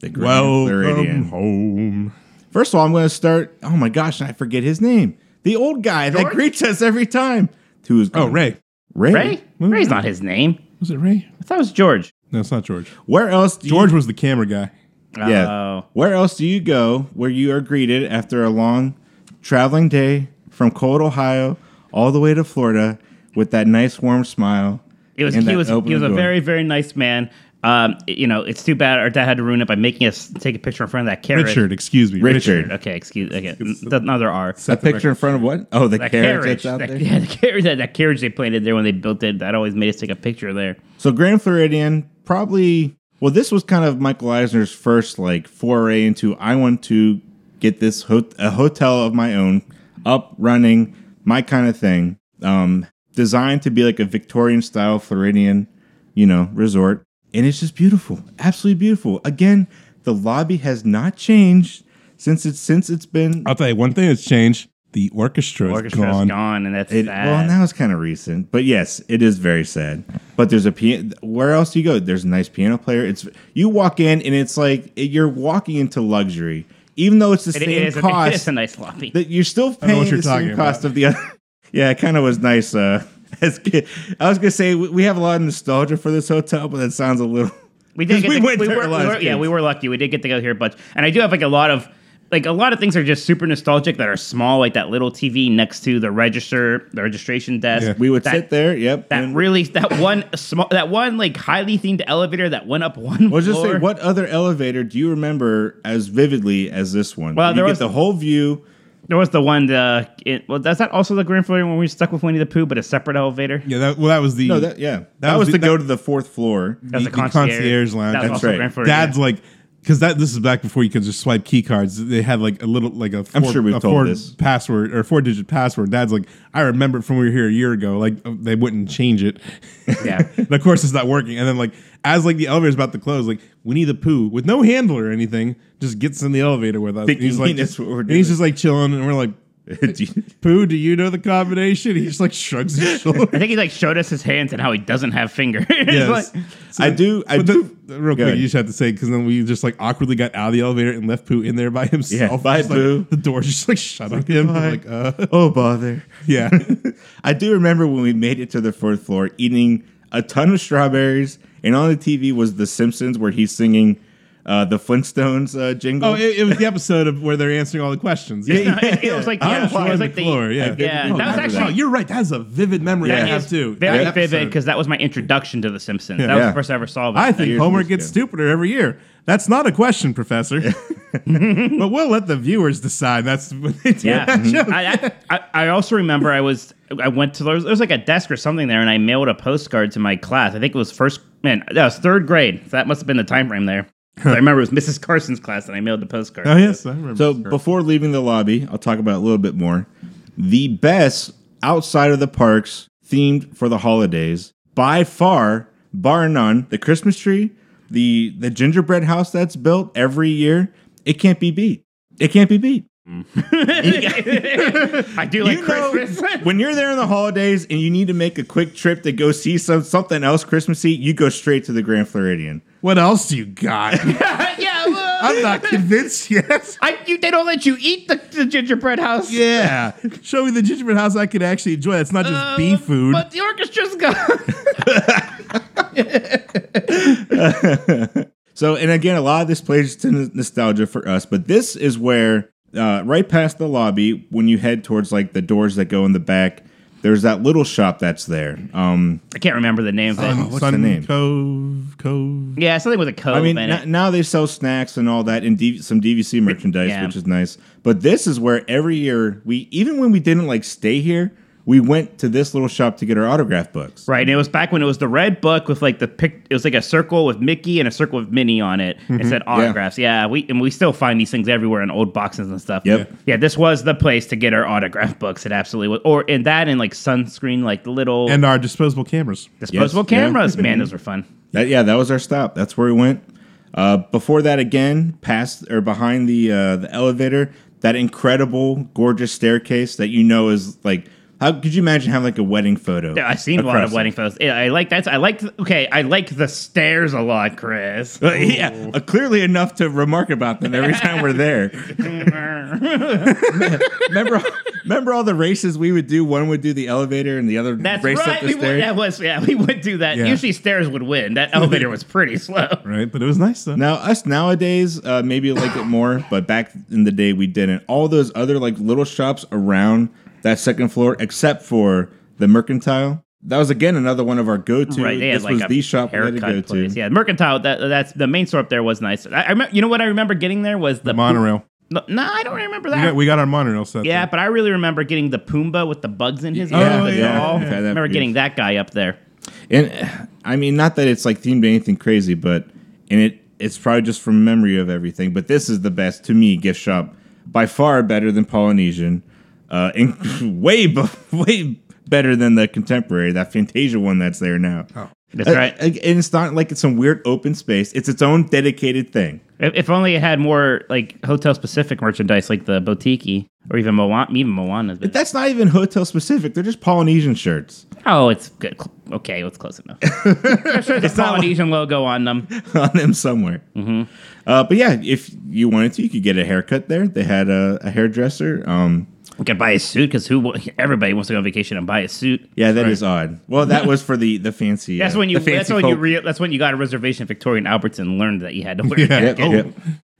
S5: The Grand Floridian.
S3: Welcome home.
S5: First of all, I'm going to start. Oh my gosh, I forget his name. The old guy that
S4: George?
S5: greets us every time. Who's
S3: Oh, Ray.
S5: Ray?
S4: Ray? Ray's not his name.
S3: Was it Ray?
S4: I thought it was George.
S3: No, it's not George.
S5: Where else? Do
S3: George was the camera guy.
S5: You, yeah.
S4: Oh.
S5: Where else do you go where you are greeted after a long traveling day from cold Ohio all the way to Florida with that nice warm smile?
S4: It was
S5: and
S4: he
S5: that
S4: was he
S5: open
S4: was a
S5: door?
S4: very very nice man. Um, you know, it's too bad our dad had to ruin it by making us take a picture in front of that carrot.
S3: Richard, excuse me.
S5: Richard.
S4: Okay, excuse. Okay, another R.
S5: a picture in front of what? Oh, the
S4: That
S5: carrot
S4: carriage,
S5: that's out
S4: that,
S5: there.
S4: yeah, the carriage, that, that carriage they planted there when they built it. That always made us take a picture there.
S5: So Grand Floridian probably well, this was kind of Michael Eisner's first like foray into I want to get this hot a hotel of my own up running, my kind of thing. Um, designed to be like a Victorian style Floridian, you know, resort, and it's just beautiful, absolutely beautiful. Again, the lobby has not changed since it's since it's been
S3: I'll tell you one thing that's changed. The orchestra is
S4: Orchestra's
S3: gone.
S4: gone. and that's
S5: It,
S4: sad.
S5: well, now it's kind of recent, but yes, it is very sad. But there's a piano. Where else do you go? There's a nice piano player. It's you walk in and it's like it- you're walking into luxury, even though it's the
S4: It-
S5: same
S4: it, is, it
S5: cost.
S4: is a nice lobby.
S5: that you're still
S3: know what
S5: paying
S3: you're
S5: the same
S3: talking
S5: cost
S3: about.
S5: of the other. yeah, it kind of was nice. Uh, as kid. I was gonna say we, we have a lot of nostalgia for this hotel, but that sounds a little.
S4: We
S5: 'Cause
S4: did. Get
S5: we
S4: to,
S5: went there
S4: were,
S5: a lot as
S4: were- yeah,
S5: kids.
S4: we were lucky. We did get to go here a bunch, and I do have like a lot of like a lot of things are just super nostalgic that are small, like that little TV next to the register, the registration desk.
S3: Yeah.
S5: We would
S4: that,
S5: sit there. Yep.
S4: That
S5: and-
S4: really, that one small, that one like highly themed elevator that went up one.
S5: I was just
S4: floor.
S5: saying, what other elevator do you remember as vividly as this one?
S4: Well,
S5: you
S4: there
S5: get
S4: was-
S5: the whole view.
S4: There was the one. The it, well, that's that also the Grand Floridian when we were stuck with Winnie the Pooh, but a separate elevator.
S3: Yeah, that, well, that was the
S5: No, that yeah, that,
S3: was
S5: was,
S3: the-
S5: to
S3: that-
S5: go to the fourth floor.
S4: That was
S3: the-
S4: a
S3: the concierge lounge.
S4: That was
S5: That's
S4: also
S5: right.
S4: Grand Floridian.
S3: dad's like because that this is back before you could just swipe key cards. They had like a little like a four,
S5: I'm sure we've
S3: a
S5: told
S3: four
S5: this.
S3: password or four digit password. Dad's like, I remember it from when we were here a year ago. Like uh, they wouldn't change it.
S4: Yeah.
S3: and of course it's not working. And then like as like the elevator's about to close, like Winnie the Pooh with no handle or anything just gets in the elevator with us.
S5: Thinking
S3: he's like,
S5: that's what we're
S3: and he's
S5: doing.
S3: just like chilling, and we're like,
S5: Do you-
S3: Pooh, do you know the combination? He just like shrugs his shoulders.
S4: I think he like showed us his hands and how he doesn't have fingers.
S3: Yes.
S4: Like,
S5: I do. I
S3: But
S5: do.
S3: the, real
S5: Go
S3: quick,
S5: ahead.
S3: you just have to say because then we just like awkwardly got out of the elevator and left Pooh in there by himself.
S5: Yeah, bye,
S3: Just, like,
S5: Pooh.
S3: the door just like shut on him.
S5: "Bye."
S3: Like, uh,
S5: oh bother.
S3: yeah,
S5: I do remember when we made it to the fourth floor, eating a ton of strawberries, and on the TV was The Simpsons, where he's singing uh, the Flintstones uh, jingle.
S3: oh, it, it was the episode of where they're answering all the questions.
S4: no, it, it was like yeah,
S3: I'm
S4: it was
S3: on
S4: like
S3: the
S4: the
S3: floor. Yeah,
S5: Oh,
S4: yeah. that was
S5: remember
S4: actually
S3: Oh, you're right. That's a vivid memory I
S5: That
S3: have
S4: is
S3: too.
S4: Very
S3: That
S4: vivid
S3: episode.
S4: because that was my introduction to The Simpsons. That was
S5: Yeah.
S4: the first I ever saw. Of it.
S3: I think
S5: Years
S3: Homer
S5: ago.
S3: gets stupider every year. That's not a question, Professor. but we'll let the viewers decide. That's what they do.
S4: Yeah,
S5: mm-hmm.
S4: I, I, I also remember I was I went to there was, there was like a desk or something there, and I mailed a postcard to my class. I think it was first man, that was third grade. So that must have been the time frame there. So I remember it was Mrs. Carson's class, and I mailed the postcard.
S3: Oh yes, I remember.
S5: So
S3: this part.
S5: before leaving the lobby, I'll talk about it a little bit more. The best outside of the parks themed for the holidays, by far, bar none, the Christmas tree, the the gingerbread house that's built every year, it can't be beat. It can't be beat.
S4: I do like
S5: You know,
S4: Christmas.
S5: when you're there in the holidays and you need to make a quick trip to go see some something else Christmassy, you go straight to the Grand Floridian.
S3: What else do you got?
S4: yeah, well,
S3: I'm not convinced yet.
S4: I, you, they don't let you eat the, the gingerbread house.
S3: Yeah, show me the gingerbread house I could actually enjoy. It's not just
S4: Uh,
S5: Um,
S3: beef food.
S4: But the orchestra's gone.
S5: So, and again, a lot of this plays to n- nostalgia for us, but this is where, uh, right past the lobby, when you head towards like the doors that go in the back, there's that little shop that's there. Um,
S4: I can't remember the name of it.
S5: Oh, what's the name?
S3: Cove, Cove.
S4: yeah, something with a cove
S5: Um, I mean,
S4: in
S5: n-
S4: it.
S5: now they sell snacks and all that and D- some DVC merchandise,
S4: Yeah.
S5: which is nice. But this is where every year we, even when we didn't like stay here, we went to this little shop to get our autograph books.
S4: Right, and it was back when it was the red book with like the pic. It was like a circle with Mickey and a circle with Minnie on it. It
S5: Mm-hmm.
S4: said autographs. Yeah. we and we still find these things everywhere in old boxes and stuff.
S5: Yep.
S4: Yeah, this was the place to get our autograph books. It absolutely was, or and that and like sunscreen, like the little
S3: And our disposable cameras.
S4: disposable
S5: Yes, yeah.
S4: cameras. Man, those were fun.
S5: That, yeah, that was our stop. That's where we went. Uh, before that, again, past or behind the uh, the elevator, that incredible, gorgeous staircase that you know is like. How could you imagine having like a wedding photo?
S4: Yeah, I've seen a lot
S5: across
S4: of
S5: it?
S4: wedding photos. Yeah, I like that. I like okay. I like the stairs a lot, Chris.
S5: But yeah, uh, clearly enough to remark about them every time we're there. remember, remember all the races we would do. One would do the elevator, and the other
S4: That's
S5: race
S4: right.
S5: up the
S4: we
S5: stairs.
S4: would, that was yeah. We would do that.
S3: Yeah.
S4: Usually stairs would win. That elevator was pretty slow.
S3: Right, but it was nice though.
S5: Now, us nowadays, uh, maybe like it more, but back in the day, we didn't. All those other like little shops around that second floor, except for the Mercantile. That was again another one of our go-to.
S4: Right, they
S5: this
S4: had like
S5: was
S4: a
S5: the shop we had to
S4: haircut
S5: go
S4: place.
S5: to.
S4: Yeah, mercantile. That that's the main store up there was nice. I, I remember, you know what I remember getting there was the,
S3: The monorail.
S4: No, no, I don't remember
S3: We
S4: that.
S3: got, we got our monorail set.
S4: yeah,
S3: there.
S4: but I really remember getting the Pumbaa with the bugs in his
S5: Yeah,
S4: mouth and
S3: yeah.
S4: all.
S5: I've had that
S4: remember
S5: for
S4: getting
S5: years.
S4: that guy up there.
S5: And uh, I mean, not that it's like themed to anything crazy, but and it it's probably just from memory of everything. But this is the best to me gift shop by far, better than Polynesian, uh, and way be- way better than the contemporary that Fantasia one that's there now.
S4: That's
S5: Uh,
S4: right.
S5: uh, And it's not like it's some weird open space. It's its own dedicated thing.
S4: If, if only it had more like hotel specific merchandise, like the boutique or even Moana. Even Moana's. But
S5: That's not even hotel specific. They're just Polynesian shirts.
S4: oh, it's good. Cl- Okay, it's close enough. I'm sure there's a Polynesian logo on them.
S5: on them somewhere.
S4: Mm-hmm.
S5: Uh, but yeah, if you wanted to, you could get a haircut there. They had a, a hairdresser. Um,
S4: We could buy a suit because who? wa- Everybody wants to go on vacation and buy a suit.
S5: yeah, that is odd. Well, that was for the the fancy.
S4: That's
S5: uh,
S4: when you.
S5: the fancy
S4: That's when you.
S5: folk.
S4: Re- that's when you got a reservation at Victorian Alberts and learned that you had to wear.
S3: Yeah.
S5: Yep,
S3: Oh.
S5: yep.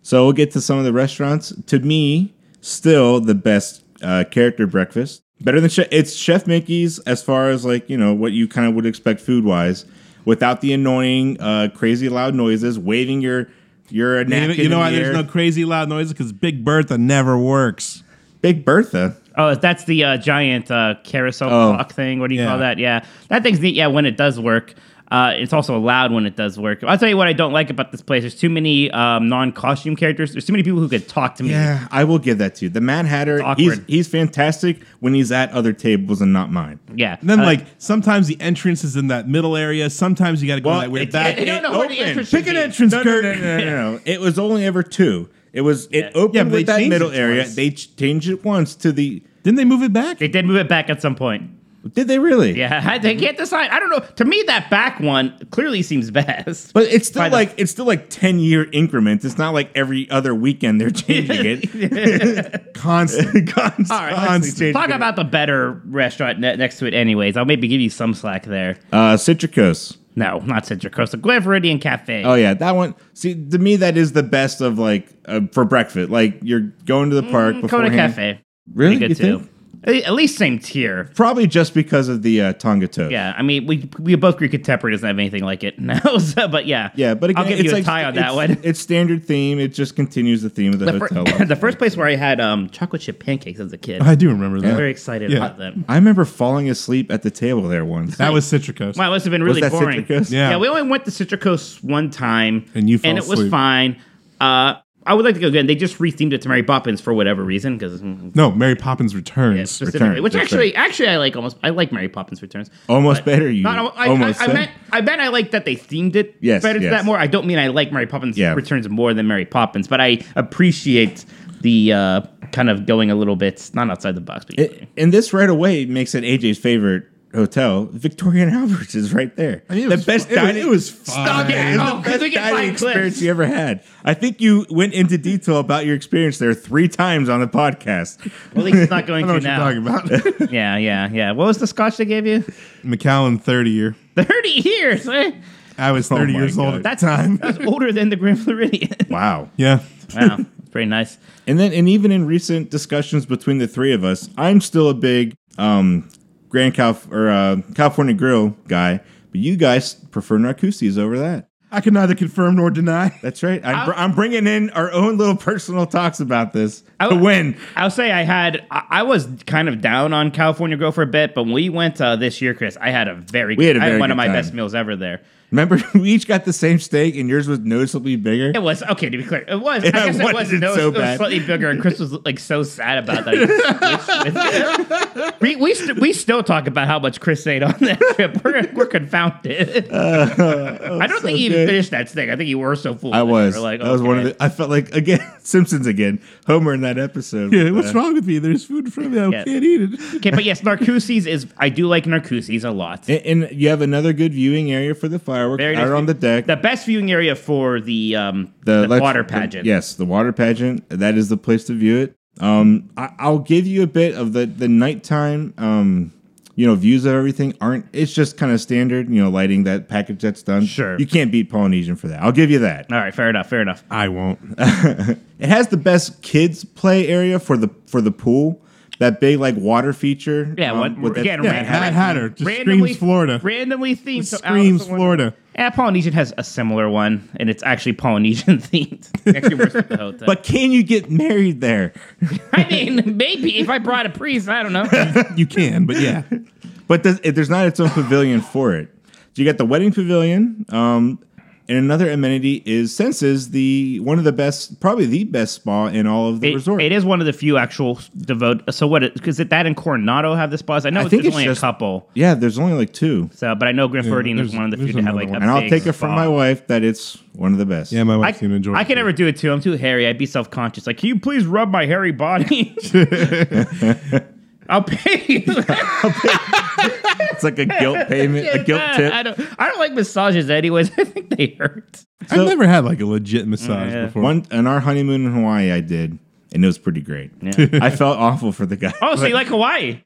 S5: So we'll get to some of the restaurants. To me, still the best uh, character breakfast. Better than Chef. It's Chef Mickey's as far as like you know what you kind of would expect food wise, without the annoying, uh, crazy loud noises, waving your your
S3: You know,
S5: napkin.
S3: you know
S5: in
S3: why
S5: the
S3: there's no
S5: air.
S3: crazy loud noises? Because Big Bertha never works.
S5: Big Bertha.
S4: Oh, that's the uh, giant uh, carousel
S5: Oh.
S4: clock thing. What do you
S3: Yeah.
S4: call that? Yeah, that thing's neat. Yeah, when it does work. Uh, it's also loud when it does work. I'll tell you what I don't like about this place. There's too many um, non-costume characters. There's too many people who could talk to me.
S5: Yeah, I will give that to you. The Mad Hatter,
S4: It's
S5: he's
S4: awkward.
S5: he's fantastic when he's at other tables and not mine.
S4: yeah.
S3: And then
S4: Uh,
S3: like sometimes the entrance is in that middle area. Sometimes you got to go
S5: Well,
S3: that weird
S5: it-
S3: back.
S4: I don't know where the
S5: open.
S4: entrance
S3: Pick
S4: should
S3: an
S4: be.
S3: entrance,
S5: No, no,
S3: Kurt.
S5: no, no, no, no. It was only ever two. It was it
S4: Yeah.
S5: opened
S3: Yeah, but
S5: with
S3: they
S5: that
S3: changed
S5: middle
S3: it
S5: area.
S3: twice.
S5: They ch- changed it once to the.
S3: Didn't they move it back?
S4: They did move it back at some point.
S5: Did they really?
S4: Yeah, they can't decide. I don't know. To me, that back one clearly seems best.
S5: But it's still
S4: By the-
S5: like it's still like ten year increments. It's not like every other weekend they're changing it.
S3: Constant.
S5: Constantly
S4: All right, let's
S5: changing
S4: talk
S5: it.
S4: about the better restaurant ne- next to it. Anyways, I'll maybe give you some slack there.
S5: uh, Citricos.
S4: No, not Central Coast, the Glen Floridian Cafe.
S5: Oh yeah, that one. See, to me, that is the best of like uh, for breakfast. Like you're going to the park before
S4: Kona Mm, Cafe,
S5: Really?
S4: pretty
S5: You
S4: good
S5: think?
S4: too. At at least same tier.
S5: Probably just because of the uh, Tonga toast.
S4: Yeah, I mean, we we both agree contemporary doesn't have anything like it now. So, but yeah,
S5: Yeah, but again,
S4: I'll give
S5: it's
S4: you a
S5: like,
S4: tie on that
S5: it's-
S4: one.
S5: It's standard theme. It just continues the theme of the,
S4: The, fir-
S5: hotel.
S4: the first place where I had um, chocolate chip pancakes as a kid.
S3: Oh, I do remember that.
S4: Very excited
S3: Yeah.
S4: about them.
S5: I remember falling asleep at the table there once.
S3: That was Citricos.
S4: Wow, it must have been really
S5: that
S4: boring.
S5: Citricos?
S3: Yeah.
S4: we only went to Citricos one time,
S3: And you fell
S4: and it was
S3: asleep.
S4: fine. Uh, I would like to go again. They just rethemed it to Mary Poppins for whatever reason because
S3: No, Mary Poppins Returns.
S4: specifically,
S5: Return,
S4: which
S5: Return.
S4: actually, actually, I like almost. I like Mary Poppins Returns.
S5: Almost
S4: But-
S5: better, you
S4: Not al- I, I-
S5: almost
S4: I,
S5: said.
S4: meant, I meant I like that they themed it
S5: Yes,
S4: better to
S5: yes.
S4: that more. I don't mean I like Mary Poppins
S5: Yeah.
S4: Returns more than Mary Poppins, but I appreciate the uh, kind of going a little bit not outside the box. But
S5: It, and this right away makes it AJ's favorite hotel. Victoria and Albert's is right there.
S3: mean, it
S5: the
S3: was
S5: best
S3: fu- it was-
S5: dining.
S3: it was
S5: Stop it.
S3: fine.
S5: It was the
S4: Oh, 'cause
S5: best
S4: we can
S5: dining
S4: find clips.
S5: experience you ever had. I think you went into detail about your experience there three times on the podcast.
S4: well, at least it's not going
S3: I know
S4: to now.
S3: what you're talking about.
S4: Yeah, yeah, yeah. What was the scotch they gave you?
S3: McAllen, 30 year.
S4: Thirty years. Eh?
S3: I was
S5: Oh
S3: 30
S5: my
S3: years old
S5: God.
S3: at that
S4: That's
S3: time.
S4: That's older than the Grand Floridian.
S5: Wow.
S3: yeah.
S4: wow, that's pretty nice.
S5: And then, and even in recent discussions between the three of us, I'm still a big um, Grand Calif- or uh, California Grill guy, but you guys prefer Narcoosties over that.
S3: I can neither confirm nor deny.
S5: That's right. I'm, br- I'm bringing in our own little personal talks about this
S4: I-
S5: to win.
S4: I'll say I had I, I was kind of down on California Grill for a bit, but when we went uh, this year, Chris, I had a very
S5: We had a
S4: I
S5: very
S4: one
S5: good
S4: of my
S5: time.
S4: best meals ever there.
S5: Remember, we each got the same steak, and yours was noticeably bigger.
S4: It was okay to be clear. It was. I
S5: And I
S4: guess it was.
S5: wanted it
S4: No,
S5: so
S4: it was
S5: bad.
S4: slightly bigger, and Chris was like so sad about that. He switched with- we we, st- we still talk about how much Chris ate on that trip. We're, we're confounded.
S5: Uh,
S4: I don't think he even
S5: good.
S4: finished that steak. I think you were so full.
S5: I
S4: that you
S5: was.
S4: were Like,
S5: that was one of
S4: okay.
S5: the. I felt like again Simpsons again. Homer in that episode.
S3: Yeah, what's
S5: Uh,
S3: wrong with me? There's food in front of me. I
S4: Yeah.
S3: can't eat it.
S4: Okay, but yes, Narcooses is. I do like Narcooses a lot.
S5: And, and you have another good viewing area for the fireworks
S4: Very
S5: out
S4: nice
S5: on the
S4: view-
S5: deck.
S4: The best viewing area for the um, the,
S5: let's-
S4: water
S5: the-
S4: pageant.
S5: yes, the water pageant. That is the place to view it. Um, I, I'll give you a bit of the the nighttime. Um, you know, views of everything aren't. It's just kind of standard. You know, lighting that package that's done.
S4: Sure.
S5: you can't beat Polynesian for that. I'll give you that.
S4: All right, fair enough, fair enough.
S3: I won't.
S5: It has the best kids play area for the for the pool. That big like water feature.
S4: Yeah,
S5: um,
S4: what,
S5: with that-
S4: again,
S3: yeah,
S4: ran-
S3: Mad
S4: ran-
S3: Hatter just
S4: randomly-
S3: screams Florida.
S4: Randomly themed.
S3: Just
S4: so Alice in
S3: screams
S4: Wonderland-
S3: Florida.
S4: Yeah, Eh, Polynesian has a similar one, and it's actually Polynesian themed. Actually works with the hotel.
S5: But can you get married there?
S4: I mean, maybe if I brought a priest, I don't know.
S3: you can, but yeah.
S5: But does, it, there's not its own pavilion for it. So you got the wedding pavilion, um, and another amenity is Senses, the one of the best, probably the best spa in all of the
S4: It-
S5: resort.
S4: it is one of the few actual devote. So what? Because that and Coronado have the spas. I know
S5: I
S4: it's
S5: think it's
S4: only
S5: just-
S4: a couple.
S5: yeah, there's only like two,
S4: So, but I know Grand Floridian is
S3: there's-
S4: one of the
S3: there's
S4: few to have
S3: another
S4: like a
S3: one.
S5: and I'll
S4: big
S5: take it from
S4: spa.
S5: my wife that it's one of the best.
S3: Yeah, my
S4: I,
S3: wife's going to enjoy
S4: I
S3: it.
S4: can never do it too. I'm too hairy. I'd be self conscious. Like, can you please rub my hairy body? I'll pay you.
S5: it's like a guilt payment, a guilt
S4: I
S5: tip.
S4: don't, I don't like massages, anyways. I think they hurt.
S3: I've never had like a legit massage
S4: Yeah.
S3: before.
S5: One on our honeymoon in Hawaii, I did, and it was pretty great. I felt awful for the guy.
S4: Oh, so you like Hawaii?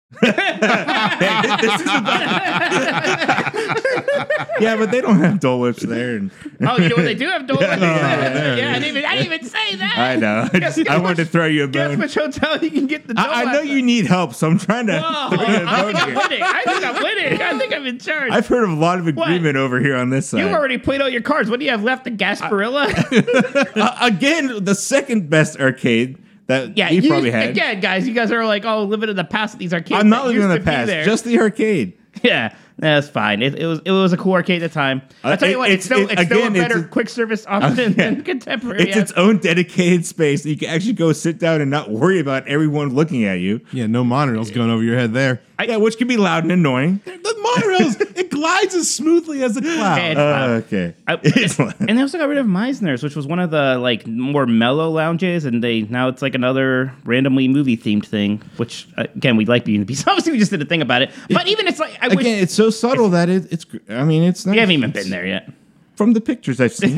S5: yeah, but they don't have Dole Whips there. And
S4: Oh, you know what they do have Dole Whip?
S5: there
S4: Yeah,
S5: it
S4: I, didn't even, I didn't even say that.
S5: I know. I, just, I wanted to throw you a
S4: Guess
S5: bone.
S4: which hotel you can get the Dole
S5: I, I know
S4: Whip.
S5: you need help, so I'm trying to
S4: Oh,
S5: throw you a
S4: I
S5: bone
S4: think I'm
S5: here.
S4: winning. I think I'm winning. I think I'm in charge.
S5: I've heard of a lot of agreement over here on this side.
S4: you already played all your cards. What do you have left? The Gasparilla?
S5: Uh, again, the second best arcade that
S4: yeah,
S5: you
S4: you-
S5: probably had.
S4: Again, guys, you guys are like, oh, living in the past with these arcades.
S5: I'm
S4: that
S5: not living in
S4: used
S5: the
S4: to be
S5: past,
S4: there.
S5: just the arcade.
S4: Yeah, that's fine. It, it was it was a cool arcade at the time. I
S5: Uh,
S4: will tell
S5: it-
S4: you what, it's,
S5: it's-
S4: still,
S5: it-
S4: it's still a
S5: again, it's
S4: better
S5: a-
S4: quick service option
S5: yeah.
S4: than contemporary.
S5: It's
S4: yeah.
S5: its own dedicated space that you can actually go sit down and not worry about everyone looking at you.
S3: yeah, no monorails going over your head there.
S5: yeah, which can be loud and annoying.
S3: The monorails, it glides as smoothly as a cloud.
S4: And, uh,
S5: okay.
S4: I-
S5: It's loud.
S4: and they also got rid of Meisner's, which was one of the like more mellow lounges, and they now it's like another randomly movie themed thing. Which uh, again, we like Beauty and the Beast. Obviously, we just did a thing about it, but even it's like I wish
S5: Again, it's so subtle that it, it's. gr- I mean, it's. Nice.
S4: we haven't even been there yet.
S5: From the pictures I've seen,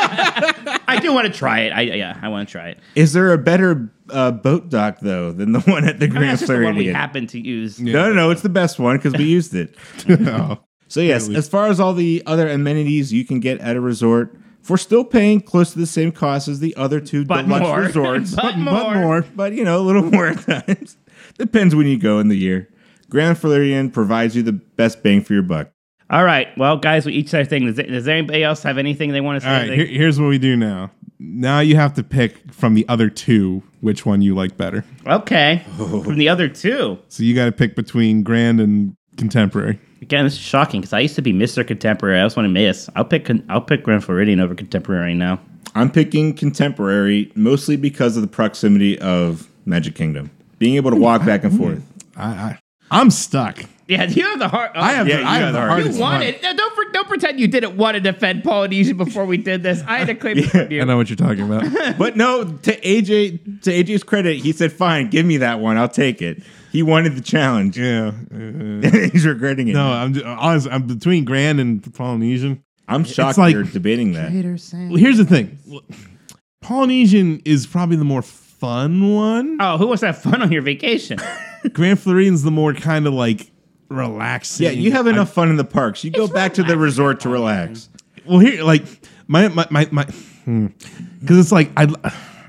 S4: I do want to try it. I yeah, I want to try it.
S5: is there a better uh, boat dock though than the one at the
S4: I mean,
S5: Grand
S4: that's just the one we
S5: Floridian?
S4: happened to use.
S5: No, no, no. It's the best one because we used it. So yes, as far as all the other amenities you can get at a resort for still paying close to the same cost as the other two
S4: But
S5: deluxe
S4: more.
S5: resorts,
S4: But more.
S5: but you know a little more at times. Depends when you go in the year. Grand Floridian provides you the best bang for your buck.
S4: All right, well, guys, we each said our thing. Does, does anybody else have anything they want to say?
S3: All right,
S4: They-
S3: here, here's what we do now. Now you have to pick from the other two which one you like better.
S4: Okay.
S3: Oh.
S4: From the other two.
S3: So you got to pick between grand and contemporary.
S4: Again, this is shocking because I used to be Mr. Contemporary. I just want to miss. I'll pick I'll pick Grand Floridian over Contemporary now.
S5: I'm picking contemporary mostly because of the proximity of Magic Kingdom. Being able to walk back and forth.
S3: I, I I'm stuck.
S4: Yeah, you have the heart.
S3: I have
S5: Yeah,
S3: the,
S5: you
S3: I
S5: got
S3: have the
S5: the hardest
S3: hardest
S4: You
S3: one.
S4: wanted. No, don't pre- don't pretend you didn't want to defend Polynesia before we did this. I had a claim it from
S3: I
S4: you.
S3: know what you're talking about.
S5: But no, to AJ to AJ's credit, he said, "Fine, give me that one. I'll take it." He wanted the challenge.
S3: yeah. uh,
S5: He's regretting it.
S3: no, I'm just, honestly I'm between Grand and Polynesian.
S5: I'm shocked
S3: like-
S5: you're debating that.
S3: Well, here's the thing. Polynesian is probably the more fun one.
S4: Oh, who wants to have fun on your vacation?
S3: Grand Floridian's the more kind of like relaxing.
S5: Yeah, you have enough fun in the parks. You go back to the resort to relax.
S3: well here like my my my my because it's like I.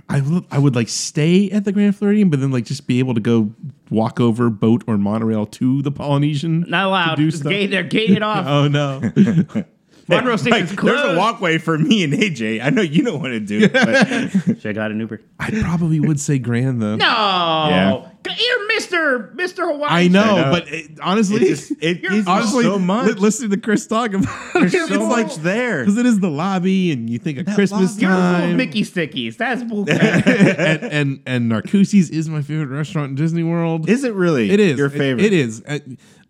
S3: I, lo- I would like stay at the Grand Floridian, but then like just be able to go walk over boat or monorail to the Polynesian.
S4: Not allowed.
S3: To do
S4: It's
S3: stuff.
S4: gate- they're gated off.
S3: Oh no!
S4: Monroe Station's
S5: Like,
S4: closed.
S5: there's a walkway for me and AJ. I know you don't want to do it, but
S4: Should I got an Uber?
S3: I probably would say Grand though.
S4: No.
S5: Yeah.
S4: You're Mister Mister Hawaii.
S3: I know,
S5: I know.
S3: but it, honestly,
S5: it just it
S4: You're
S5: gives you
S3: honestly,
S5: so much.
S3: li- listening to Chris talk about it,
S5: There's so much there.
S3: because it is the lobby, and you think of Christmas
S5: lobby-
S4: You're full of
S3: time.
S4: Mickey Stickies. That's bullcrap.
S3: and and and Narcoosie's is my favorite restaurant in Disney World.
S5: Is it really?
S3: It is
S5: your
S3: It-
S5: favorite.
S3: it is. I,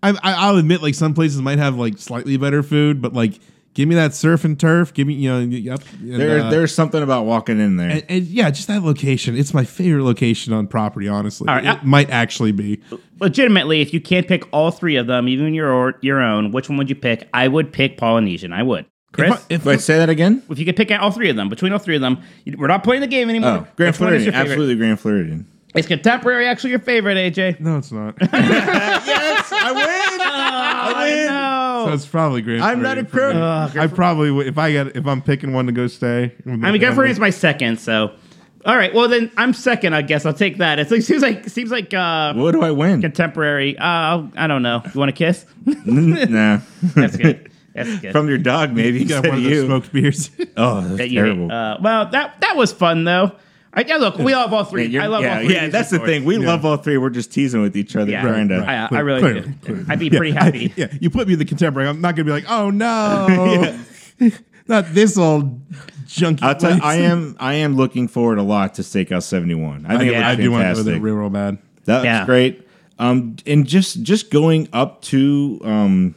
S3: I, I'll admit, like some places might have like slightly better food, but like give me that surf and turf. Give me you know. Yep. And,
S5: There,
S3: uh,
S5: there's something about walking in there.
S3: and, and, yeah, just that location. It's my favorite location on property. Honestly,
S4: All right,
S3: it
S4: I-
S3: might actually be.
S4: Legitimately, if you can't pick all three of them, even your or- your own, which one would you pick? I would pick Polynesian. I would. Chris, if,
S3: If I,
S5: Wait,
S3: if,
S5: say that again.
S4: you could pick out all three of them, between all three of them, you- we're not playing the game anymore.
S5: Oh, Grand
S4: Which one is
S5: Floridian,
S4: your favorite?
S5: absolutely Grand Floridian.
S4: Is contemporary actually your favorite, AJ?
S3: no, it's not.
S5: yes, I win. I win.
S4: No.
S3: That's probably Grand.
S5: I'm not a
S3: Floridian for me.
S5: crook.
S3: I probably would if I got if I'm picking one to go stay.
S4: I mean, Grand is my second, so. All right, well then I'm second, I guess. I'll take that. It's like, seems like seems like uh,
S5: What do I win?
S4: contemporary. Uh, I'll- I don't know. You want a kiss?
S5: nah.
S4: That's good. That's good.
S5: From your dog, maybe.
S3: You got
S5: instead
S3: one of
S5: of
S3: those
S5: you.
S3: smoked beers.
S5: Oh, that's
S4: that you hate.
S5: terrible.
S4: Uh, well, that that was fun though. I, yeah, look, we love all three.
S5: You're-
S4: I love
S5: yeah,
S4: all three. of
S5: yeah,
S4: these
S5: that's the
S4: resorts.
S5: thing. We love all three. We're just teasing with each other,
S4: Yeah.
S5: trying to.
S4: I, uh, I
S3: Clear-
S4: really
S3: clear-
S4: do.
S3: clear.
S4: I'd be pretty happy.
S3: yeah, you put me in the contemporary. I'm not gonna be like, oh no, not this old junky.
S5: I'll tell you,
S3: place.
S5: I am. I am looking forward a lot to Steakhouse Seventy One. I think
S4: Uh, yeah.
S5: it
S3: I
S5: looks
S3: do want to go there
S5: fantastic.
S3: real, real bad.
S5: That's
S4: Yeah.
S5: great. Um, and just just going up to um,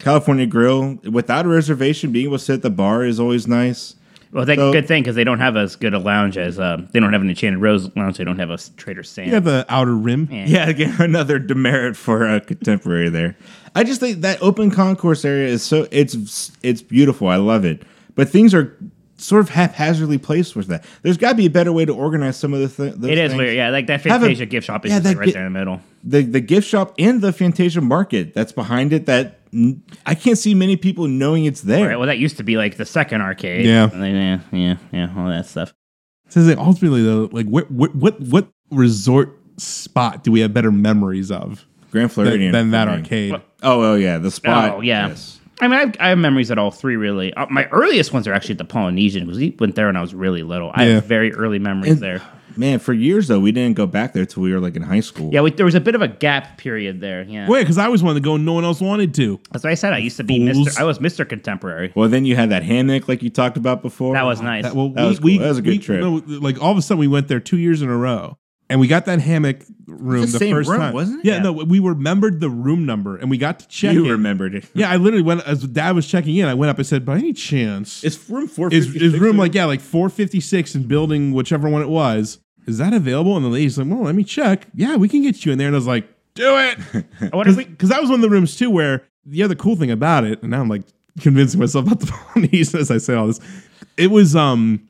S5: California Grill without a reservation, being able to sit at the bar is always nice.
S4: Well, that's
S5: So-
S4: a good thing because they don't have as good a lounge as um, they don't have an Enchanted Rose lounge. They don't have a s- Trader Sam.
S3: You got the outer rim.
S5: Yeah, again, another demerit for a contemporary there. I just think that open concourse area is so it's it's beautiful. I love it, but things are sort of haphazardly placed with that. There's got to be a better way to organize some of the thi- those
S4: it is
S5: things.
S4: weird. Yeah, like that
S5: Have a-
S4: Fantasia gift shop is
S5: yeah,
S4: just, like,
S5: that
S4: right
S5: gi-
S4: there in the middle.
S5: the the gift shop and the Fantasia Market that's behind it. That n- I can't see many people knowing it's there.
S4: All right. Well, that used to be like the second arcade.
S3: Yeah.
S4: And then, yeah. Yeah. Yeah. All that stuff.
S3: So it's like, ultimately though, like what what what what resort spot do we have better memories of
S5: Grand
S3: than,
S5: Floridian
S3: than that
S5: for me.
S3: arcade?
S5: Oh, oh yeah, the spot.
S4: Oh yeah.
S5: yes.
S4: I mean, I've, I have memories at all three. Really, uh, my earliest ones are actually at the Polynesian because we went there when I was really little. I
S3: Yeah.
S4: have very early memories
S5: And-
S4: there.
S5: Man, for years though, we didn't go back there till we were like in high school.
S4: Yeah, we, there was a bit of a gap period there. Yeah,
S3: Wait, because I was wanted to go, and no one else wanted to.
S4: that's what I said. I used to be
S3: Fools.
S4: Mister. I was Mister Contemporary.
S5: Well, then you had that hammock like you talked about before.
S4: That was nice.
S3: That, well,
S5: That
S3: we,
S5: was cool.
S3: we,
S5: That was a good
S3: we-
S5: trip.
S3: no, like all of a sudden, we went there two years in a row, and we got that hammock room
S5: the
S3: the,
S5: same
S3: first
S5: room,
S3: time,
S5: wasn't it?
S3: Yeah,
S4: Yeah.
S3: no, we remembered the room number, and we got to check.
S5: you
S3: it.
S5: remembered it.
S3: Yeah, I literally went as Dad was checking in. I went up. I said, "By any chance, is
S5: It's room four.
S3: is, is room like yeah, like four fifty six in building whichever one it was? Is that available?" And the lady's like, "Well, let me check. Yeah, we can get you in there." And I was like, "Do it,"
S4: What if we?
S3: because that was one of the rooms too where the other cool thing about it, and now I'm like convincing myself about the Polynesian as I say all this. It was um,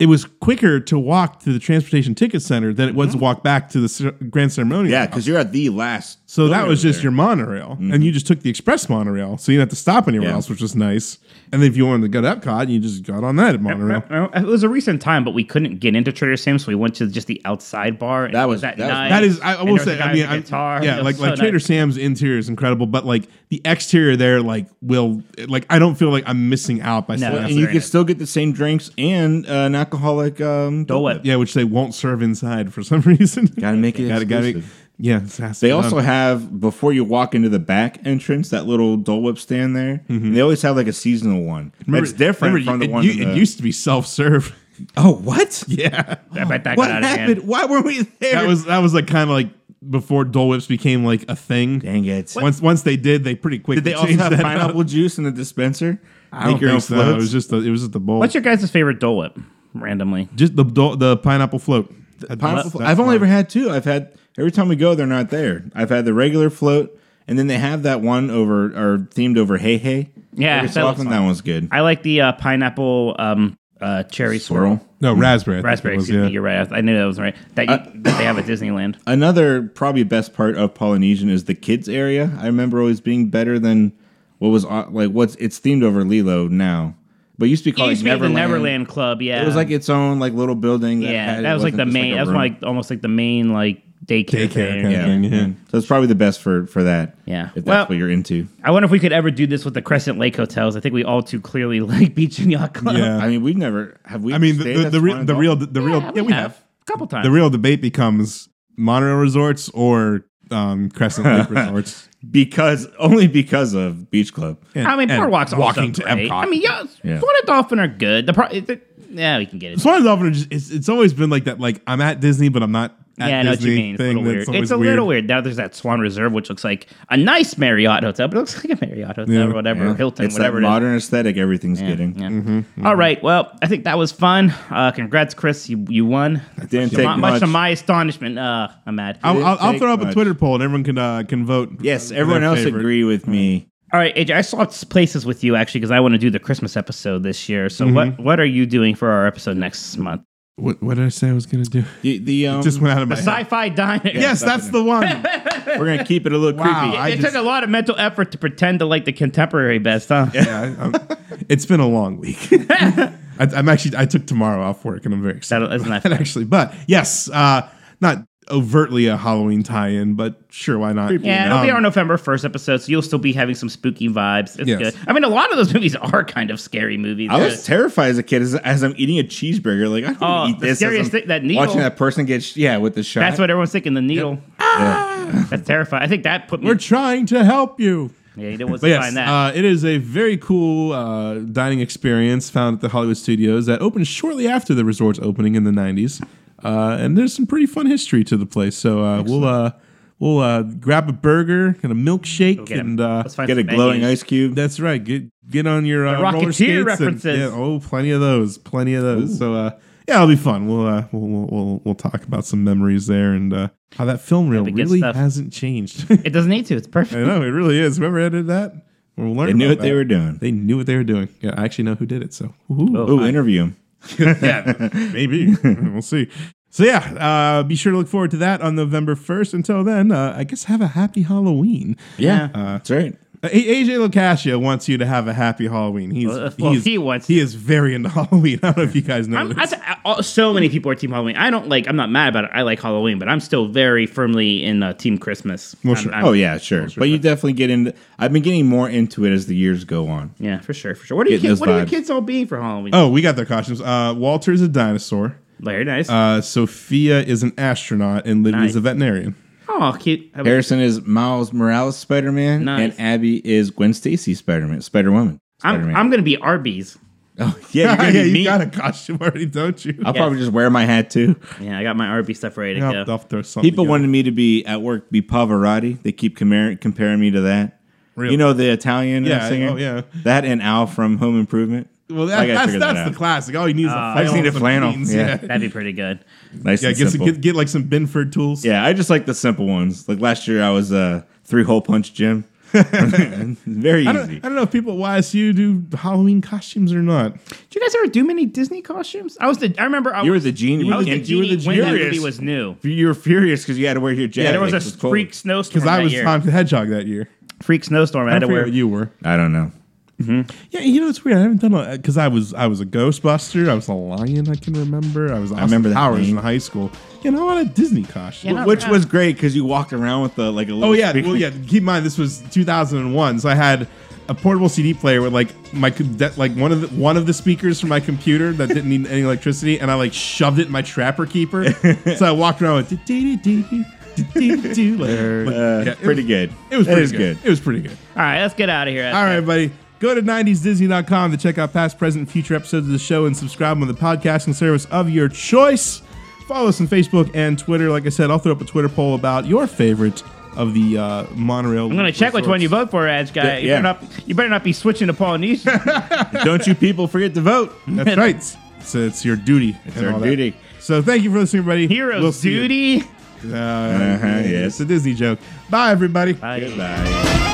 S3: it was quicker to walk to the transportation ticket center than it was to walk back to the cer- grand ceremony.
S5: Yeah, because you're at the last.
S3: So that was just
S5: there.
S3: your monorail, and you just took the express monorail, so you didn't have to stop anywhere
S5: Yeah.
S3: else, which was nice. And then if you wanted to go to Epcot, you just got on that monorail.
S4: It was a recent time, but we couldn't get into Trader Sam's, so we went to just the outside bar. and
S5: That
S4: it
S5: was- that was-
S4: nice.
S3: That is, I I
S4: And
S3: will
S4: there was a
S3: say, I
S4: guy with
S3: mean,
S4: a
S3: I-
S4: guitar.
S3: yeah,
S4: It
S3: like
S4: was
S3: like
S4: so
S3: Trader
S4: nice.
S3: Sam's interior is incredible, but like the exterior there, like will like I don't feel like I'm missing out by
S4: No.
S3: no.
S5: And you could still get the same drinks and uh, an alcoholic um,
S4: Dole Whip.
S3: yeah, which they won't serve inside for some reason.
S5: Gotta make it.
S3: gotta, gotta,
S5: exclusive.
S3: yeah, it's- that's-
S5: They
S3: um,
S5: also have before you walk into the back entrance that little Dole Whip stand there. And they always have like a seasonal one. It's
S3: Mm-hmm.
S5: different
S3: remember,
S5: from the
S3: it,
S5: one.
S3: you-
S5: in
S3: it
S5: the-
S3: used to be self serve. Oh, what? Yeah.
S4: I bet that
S5: What
S4: got out of
S5: happened?
S4: hand.
S5: Why were we there?
S3: That was that was like kind of like before Dole Whips became like a thing.
S5: Dang it.
S3: Once once they did, they pretty quickly
S5: Did they also
S3: changed
S5: have
S3: that
S5: pineapple
S3: up.
S5: juice in the dispenser?
S3: I don't
S5: Make your
S3: think
S5: own
S3: so. It
S5: floats?
S3: was just the, it was just the bowl.
S4: What's your guys' favorite Dole Whip? Randomly,
S3: just the Dole- the pineapple float. Had-
S5: Pineapple
S3: that's-
S5: float.
S3: that's
S5: I've only
S3: mine.
S5: ever had two. I've had every time we go, they're not there. I've had the regular float, and then they have that one over or themed over Hey Hey.
S4: Yeah,
S5: every
S4: that
S5: so
S4: looks
S5: often
S4: fun.
S5: that one's good.
S4: I like the uh, pineapple um, uh, cherry swirl,
S3: no raspberry. I think it
S4: Hmm. raspberry.
S3: was,
S4: excuse
S3: yeah.
S4: me, you're right. I I knew that was right. That, you, that they have at Disneyland.
S5: Another probably best part of Polynesian is the kids area. I remember always being better than what was au- like what's it's themed over Lilo now, but it used to be
S4: It
S5: called
S4: used to be
S5: like
S4: at the
S5: Neverland.
S4: Neverland Club. Yeah,
S5: It was like its own like little building. That
S4: yeah,
S5: had-
S4: that
S5: it
S4: was like the
S5: wasn't just
S4: main.
S5: a
S4: that was
S5: room.
S4: like almost like the main like daycare.
S3: Daycare
S4: thing.
S3: kind of
S5: yeah.
S3: thing, yeah.
S5: So it's probably the best for for that.
S4: Yeah.
S5: if that's
S4: Well-
S5: what you're into.
S4: I wonder if we could ever do this with the Crescent Lake hotels. I think we all too clearly like Beach and Yacht Club.
S3: Yeah.
S5: I mean, we've never have we.
S3: I mean, the,
S5: stayed
S3: the,
S5: at
S3: the, re-
S5: Swan and
S3: the
S5: Dolphin?
S3: real, the real,
S4: Yeah, we have a couple times.
S3: The real debate becomes monorail resorts or um, Crescent Lake resorts.
S5: because only because of Beach Club.
S3: And-
S4: I mean,
S3: and
S4: boardwalks
S3: walking
S4: also
S3: to
S4: great.
S3: Epcot.
S4: I mean, yeah,
S5: Yeah.
S4: Swan and Dolphin are good. The pro- it- it- yeah, we can get it.
S3: Swan and Dolphin. Are just, it's, it's always been like that. Like I'm at Disney, but I'm not. At
S4: yeah, I know what
S3: Disney
S4: you mean. It's a
S3: Thing
S4: little weird.
S3: that's always
S4: It's a little weird. Now there's that Swan Reserve, which looks like a nice Marriott hotel, but it looks like a Marriott hotel
S3: Yeah. Mm-hmm,
S4: or whatever,
S5: Yeah.
S4: Hilton,
S5: it's
S4: whatever
S5: that
S4: it is.
S5: modern aesthetic everything's getting.
S4: Yeah. All right. Well, I think that was fun. Uh, congrats, Chris. You you won.
S5: Didn't take
S4: Not much
S5: much.
S4: to my astonishment. Uh, I'm mad.
S3: I'll, I'll, I'll
S5: take
S3: throw up a
S5: much.
S3: Twitter poll and everyone can uh, can vote.
S5: yes,
S3: for
S5: everyone
S3: their
S5: else
S3: favorite.
S5: agree with me.
S4: All right, AJ, I swapped places with you actually because I want to do the Christmas episode this year. So what
S3: Mm-hmm.
S4: what are you doing for our episode next month?
S3: What, what did I say I was gonna do?
S5: The, the, um,
S3: Just went out of my head.
S4: Sci-fi diner.
S3: Yes, that's the one.
S5: we're gonna keep it a little
S3: Wow,
S5: creepy.
S3: I
S4: it
S3: just-
S4: took a lot of mental effort to pretend to like the contemporary best, huh?
S3: Yeah, I- I'm- it's been a long week. I, I'm actually I took tomorrow off work and I'm very excited.
S4: That- isn't that
S3: about it,
S4: fun?
S3: actually? But yes, uh, not overtly a Halloween tie-in, but sure, why not?
S4: Yeah, it'll
S3: Um,
S4: be our November first episode, so you'll still be having some spooky vibes. It's
S3: Yes.
S4: good. I mean, a lot of those movies are kind of scary movies.
S5: I was terrified as a kid as, as I'm eating a cheeseburger. Like I don't
S4: Oh,
S5: wanna eat
S4: the
S5: this. as
S4: scariest
S5: I'm
S4: thing- that needle.
S5: watching that person get sh- yeah with the shot.
S4: That's what everyone's thinking. The needle. Ah! That's terrifying. I think that put me.
S3: We're trying to help you.
S4: yeah, you didn't want
S3: But
S4: to
S3: yes,
S4: find that.
S3: uh, it is a very cool uh, dining experience found at the Hollywood Studios that opened shortly after the resort's opening in the '90s, uh, and there's some pretty fun history to the place. So uh, we'll uh, we'll uh, grab a burger and a milkshake,
S4: Get him.
S3: and uh,
S4: Let's find
S5: get a
S4: some
S5: glowing ice
S4: menus.
S5: cube.
S3: that's right. Get get on your uh, roller
S4: Rocketeer
S3: skates and-
S4: references.
S3: yeah, oh, plenty of those, plenty of those. So uh, yeah, it'll be fun. We'll, uh, we'll we'll we'll we'll talk about some memories there and uh, how that film reel
S4: be good
S3: really
S4: stuff.
S3: hasn't changed.
S4: It doesn't need to. It's perfect.
S3: I know it really is. Whoever edited that, we'll learn.
S5: They knew
S3: about
S5: what they
S3: that.
S5: were doing.
S3: They knew what they were doing. Yeah, I actually know who did it. So Ooh.
S5: Oh, interview him.
S3: maybe we'll see. So yeah, uh, be sure to look forward to that on November first. Until then, uh, I guess have a happy Halloween.
S5: Yeah, that's right.
S3: Uh, A- AJ Locascio wants you to have a happy Halloween. He's
S4: Well, if- well,
S3: he's-
S4: he wants-
S3: He is very into Halloween. I don't know if you guys know.
S4: I'm,
S3: this.
S4: I, I- all- so many people are Team Halloween. I don't like. I'm not mad about it. I like Halloween, but I'm still very firmly in uh, Team Christmas.
S3: Well,
S4: I'm-
S3: sure.
S4: I'm-
S5: Oh yeah, sure. But you definitely get into. I've been getting more into it as the years go on.
S4: yeah, for sure, for sure. What are, you
S5: Getting
S4: kids,
S5: those
S4: what are your
S5: vibes.
S4: kids all being for Halloween?
S3: oh, we got their costumes. Uh, Walter's a dinosaur.
S4: very nice.
S3: Uh, Sophia is an astronaut, and Livy's
S4: Nice.
S3: a veterinarian.
S4: oh, cute. I mean,
S5: Harrison is Miles Morales Spider Man,
S4: Nice.
S5: and Abby is Gwen Stacy Spider Man, Spider Woman.
S4: I'm, I'm gonna be Arby's.
S5: oh yeah, you're gonna
S3: yeah,
S5: be
S3: you
S5: me.
S3: got a costume already, don't you?
S5: I'll
S4: Yeah.
S5: probably just wear my hat too.
S3: Oh
S4: Yeah, I got my Arby's stuff ready to
S3: I'll-
S4: go.
S3: I'll throw something
S5: People
S3: together.
S5: wanted me to be at work be Pavarotti. They keep compar- comparing me to that.
S3: Really?
S5: You know the Italian uh,
S3: Yeah,
S5: singer.
S3: oh, yeah.
S5: that and Al from Home Improvement.
S3: Well,
S5: I
S3: that,
S5: gotta
S3: that's
S5: figure
S3: that's
S5: that
S3: the
S5: out.
S3: classic. All you need is a
S4: Uh,
S3: flannel.
S5: just need a
S3: and some
S5: flannel,
S3: jeans,
S5: yeah.
S3: yeah.
S4: That'd be pretty good.
S5: nice.
S3: Yeah,
S5: and
S3: get, some,
S5: simple.
S3: get get like some Binford tools.
S5: yeah, I just like the simple ones. Like last year, I was uh, three hole punch Jim. Very
S3: I don't,
S5: easy.
S3: I don't know if people at YSU do Halloween costumes or not.
S4: Did you guys ever do many Disney costumes? I was the. I remember. I
S5: You were
S4: was-
S5: the genie.
S4: I was the
S5: and you were
S4: genie
S5: the
S4: when that movie
S5: genius.
S4: was new.
S5: You were furious because you had to wear your jacket.
S4: Yeah, there was a
S5: It cold.
S4: freak snowstorm.
S3: Because I
S4: that
S3: was
S4: year.
S3: Tom the Hedgehog that year.
S4: freak snowstorm. I
S3: I
S4: had to
S3: forget
S4: wear.
S3: what you were.
S5: I don't know.
S3: Yeah, you know it's weird. I haven't done a because I was I was a Ghostbuster. I was a lion. I can remember. I was Austin
S5: remember that
S3: Powers
S5: name.
S3: in high school. You know, on a Disney costume.
S4: Yeah, not
S5: Which
S4: bad.
S5: was great because you walked around with the like a little.
S3: Oh yeah,
S5: speaker.
S3: well yeah. Keep in mind this was 2001, so I had a portable CD player with like my com- that, like one of the one of the speakers from my computer that didn't need any electricity, and I like shoved it in my Trapper Keeper. so I walked around with do-do-do-do, do-do-do, like, like,
S5: Uh,
S3: yeah, it
S5: pretty
S3: was-
S5: good.
S3: It was
S5: That
S3: pretty
S5: is
S3: good. It was pretty good.
S4: All right, let's get out of here.
S3: All right, buddy. Go to 90sdisney.com to check out past, present, and future episodes of the show and subscribe on the podcasting service of your choice. Follow us on Facebook and Twitter. Like I said, I'll throw up a Twitter poll about your favorite of the uh, monorail.
S4: I'm gonna check which one you vote for, Edge
S5: Yeah,
S4: guy. you,
S5: yeah.
S4: better not, you better not be switching to Polynesian.
S5: Don't you people forget to vote.
S3: That's right. So it's your duty. It's
S5: our duty.
S3: So thank you for listening, everybody.
S4: Heroes
S3: We'll see you.
S4: duty.
S3: Uh,
S5: Uh-huh,
S3: yeah,
S5: yes.
S3: It's a Disney joke. Bye, everybody.
S4: Bye.
S5: Goodbye.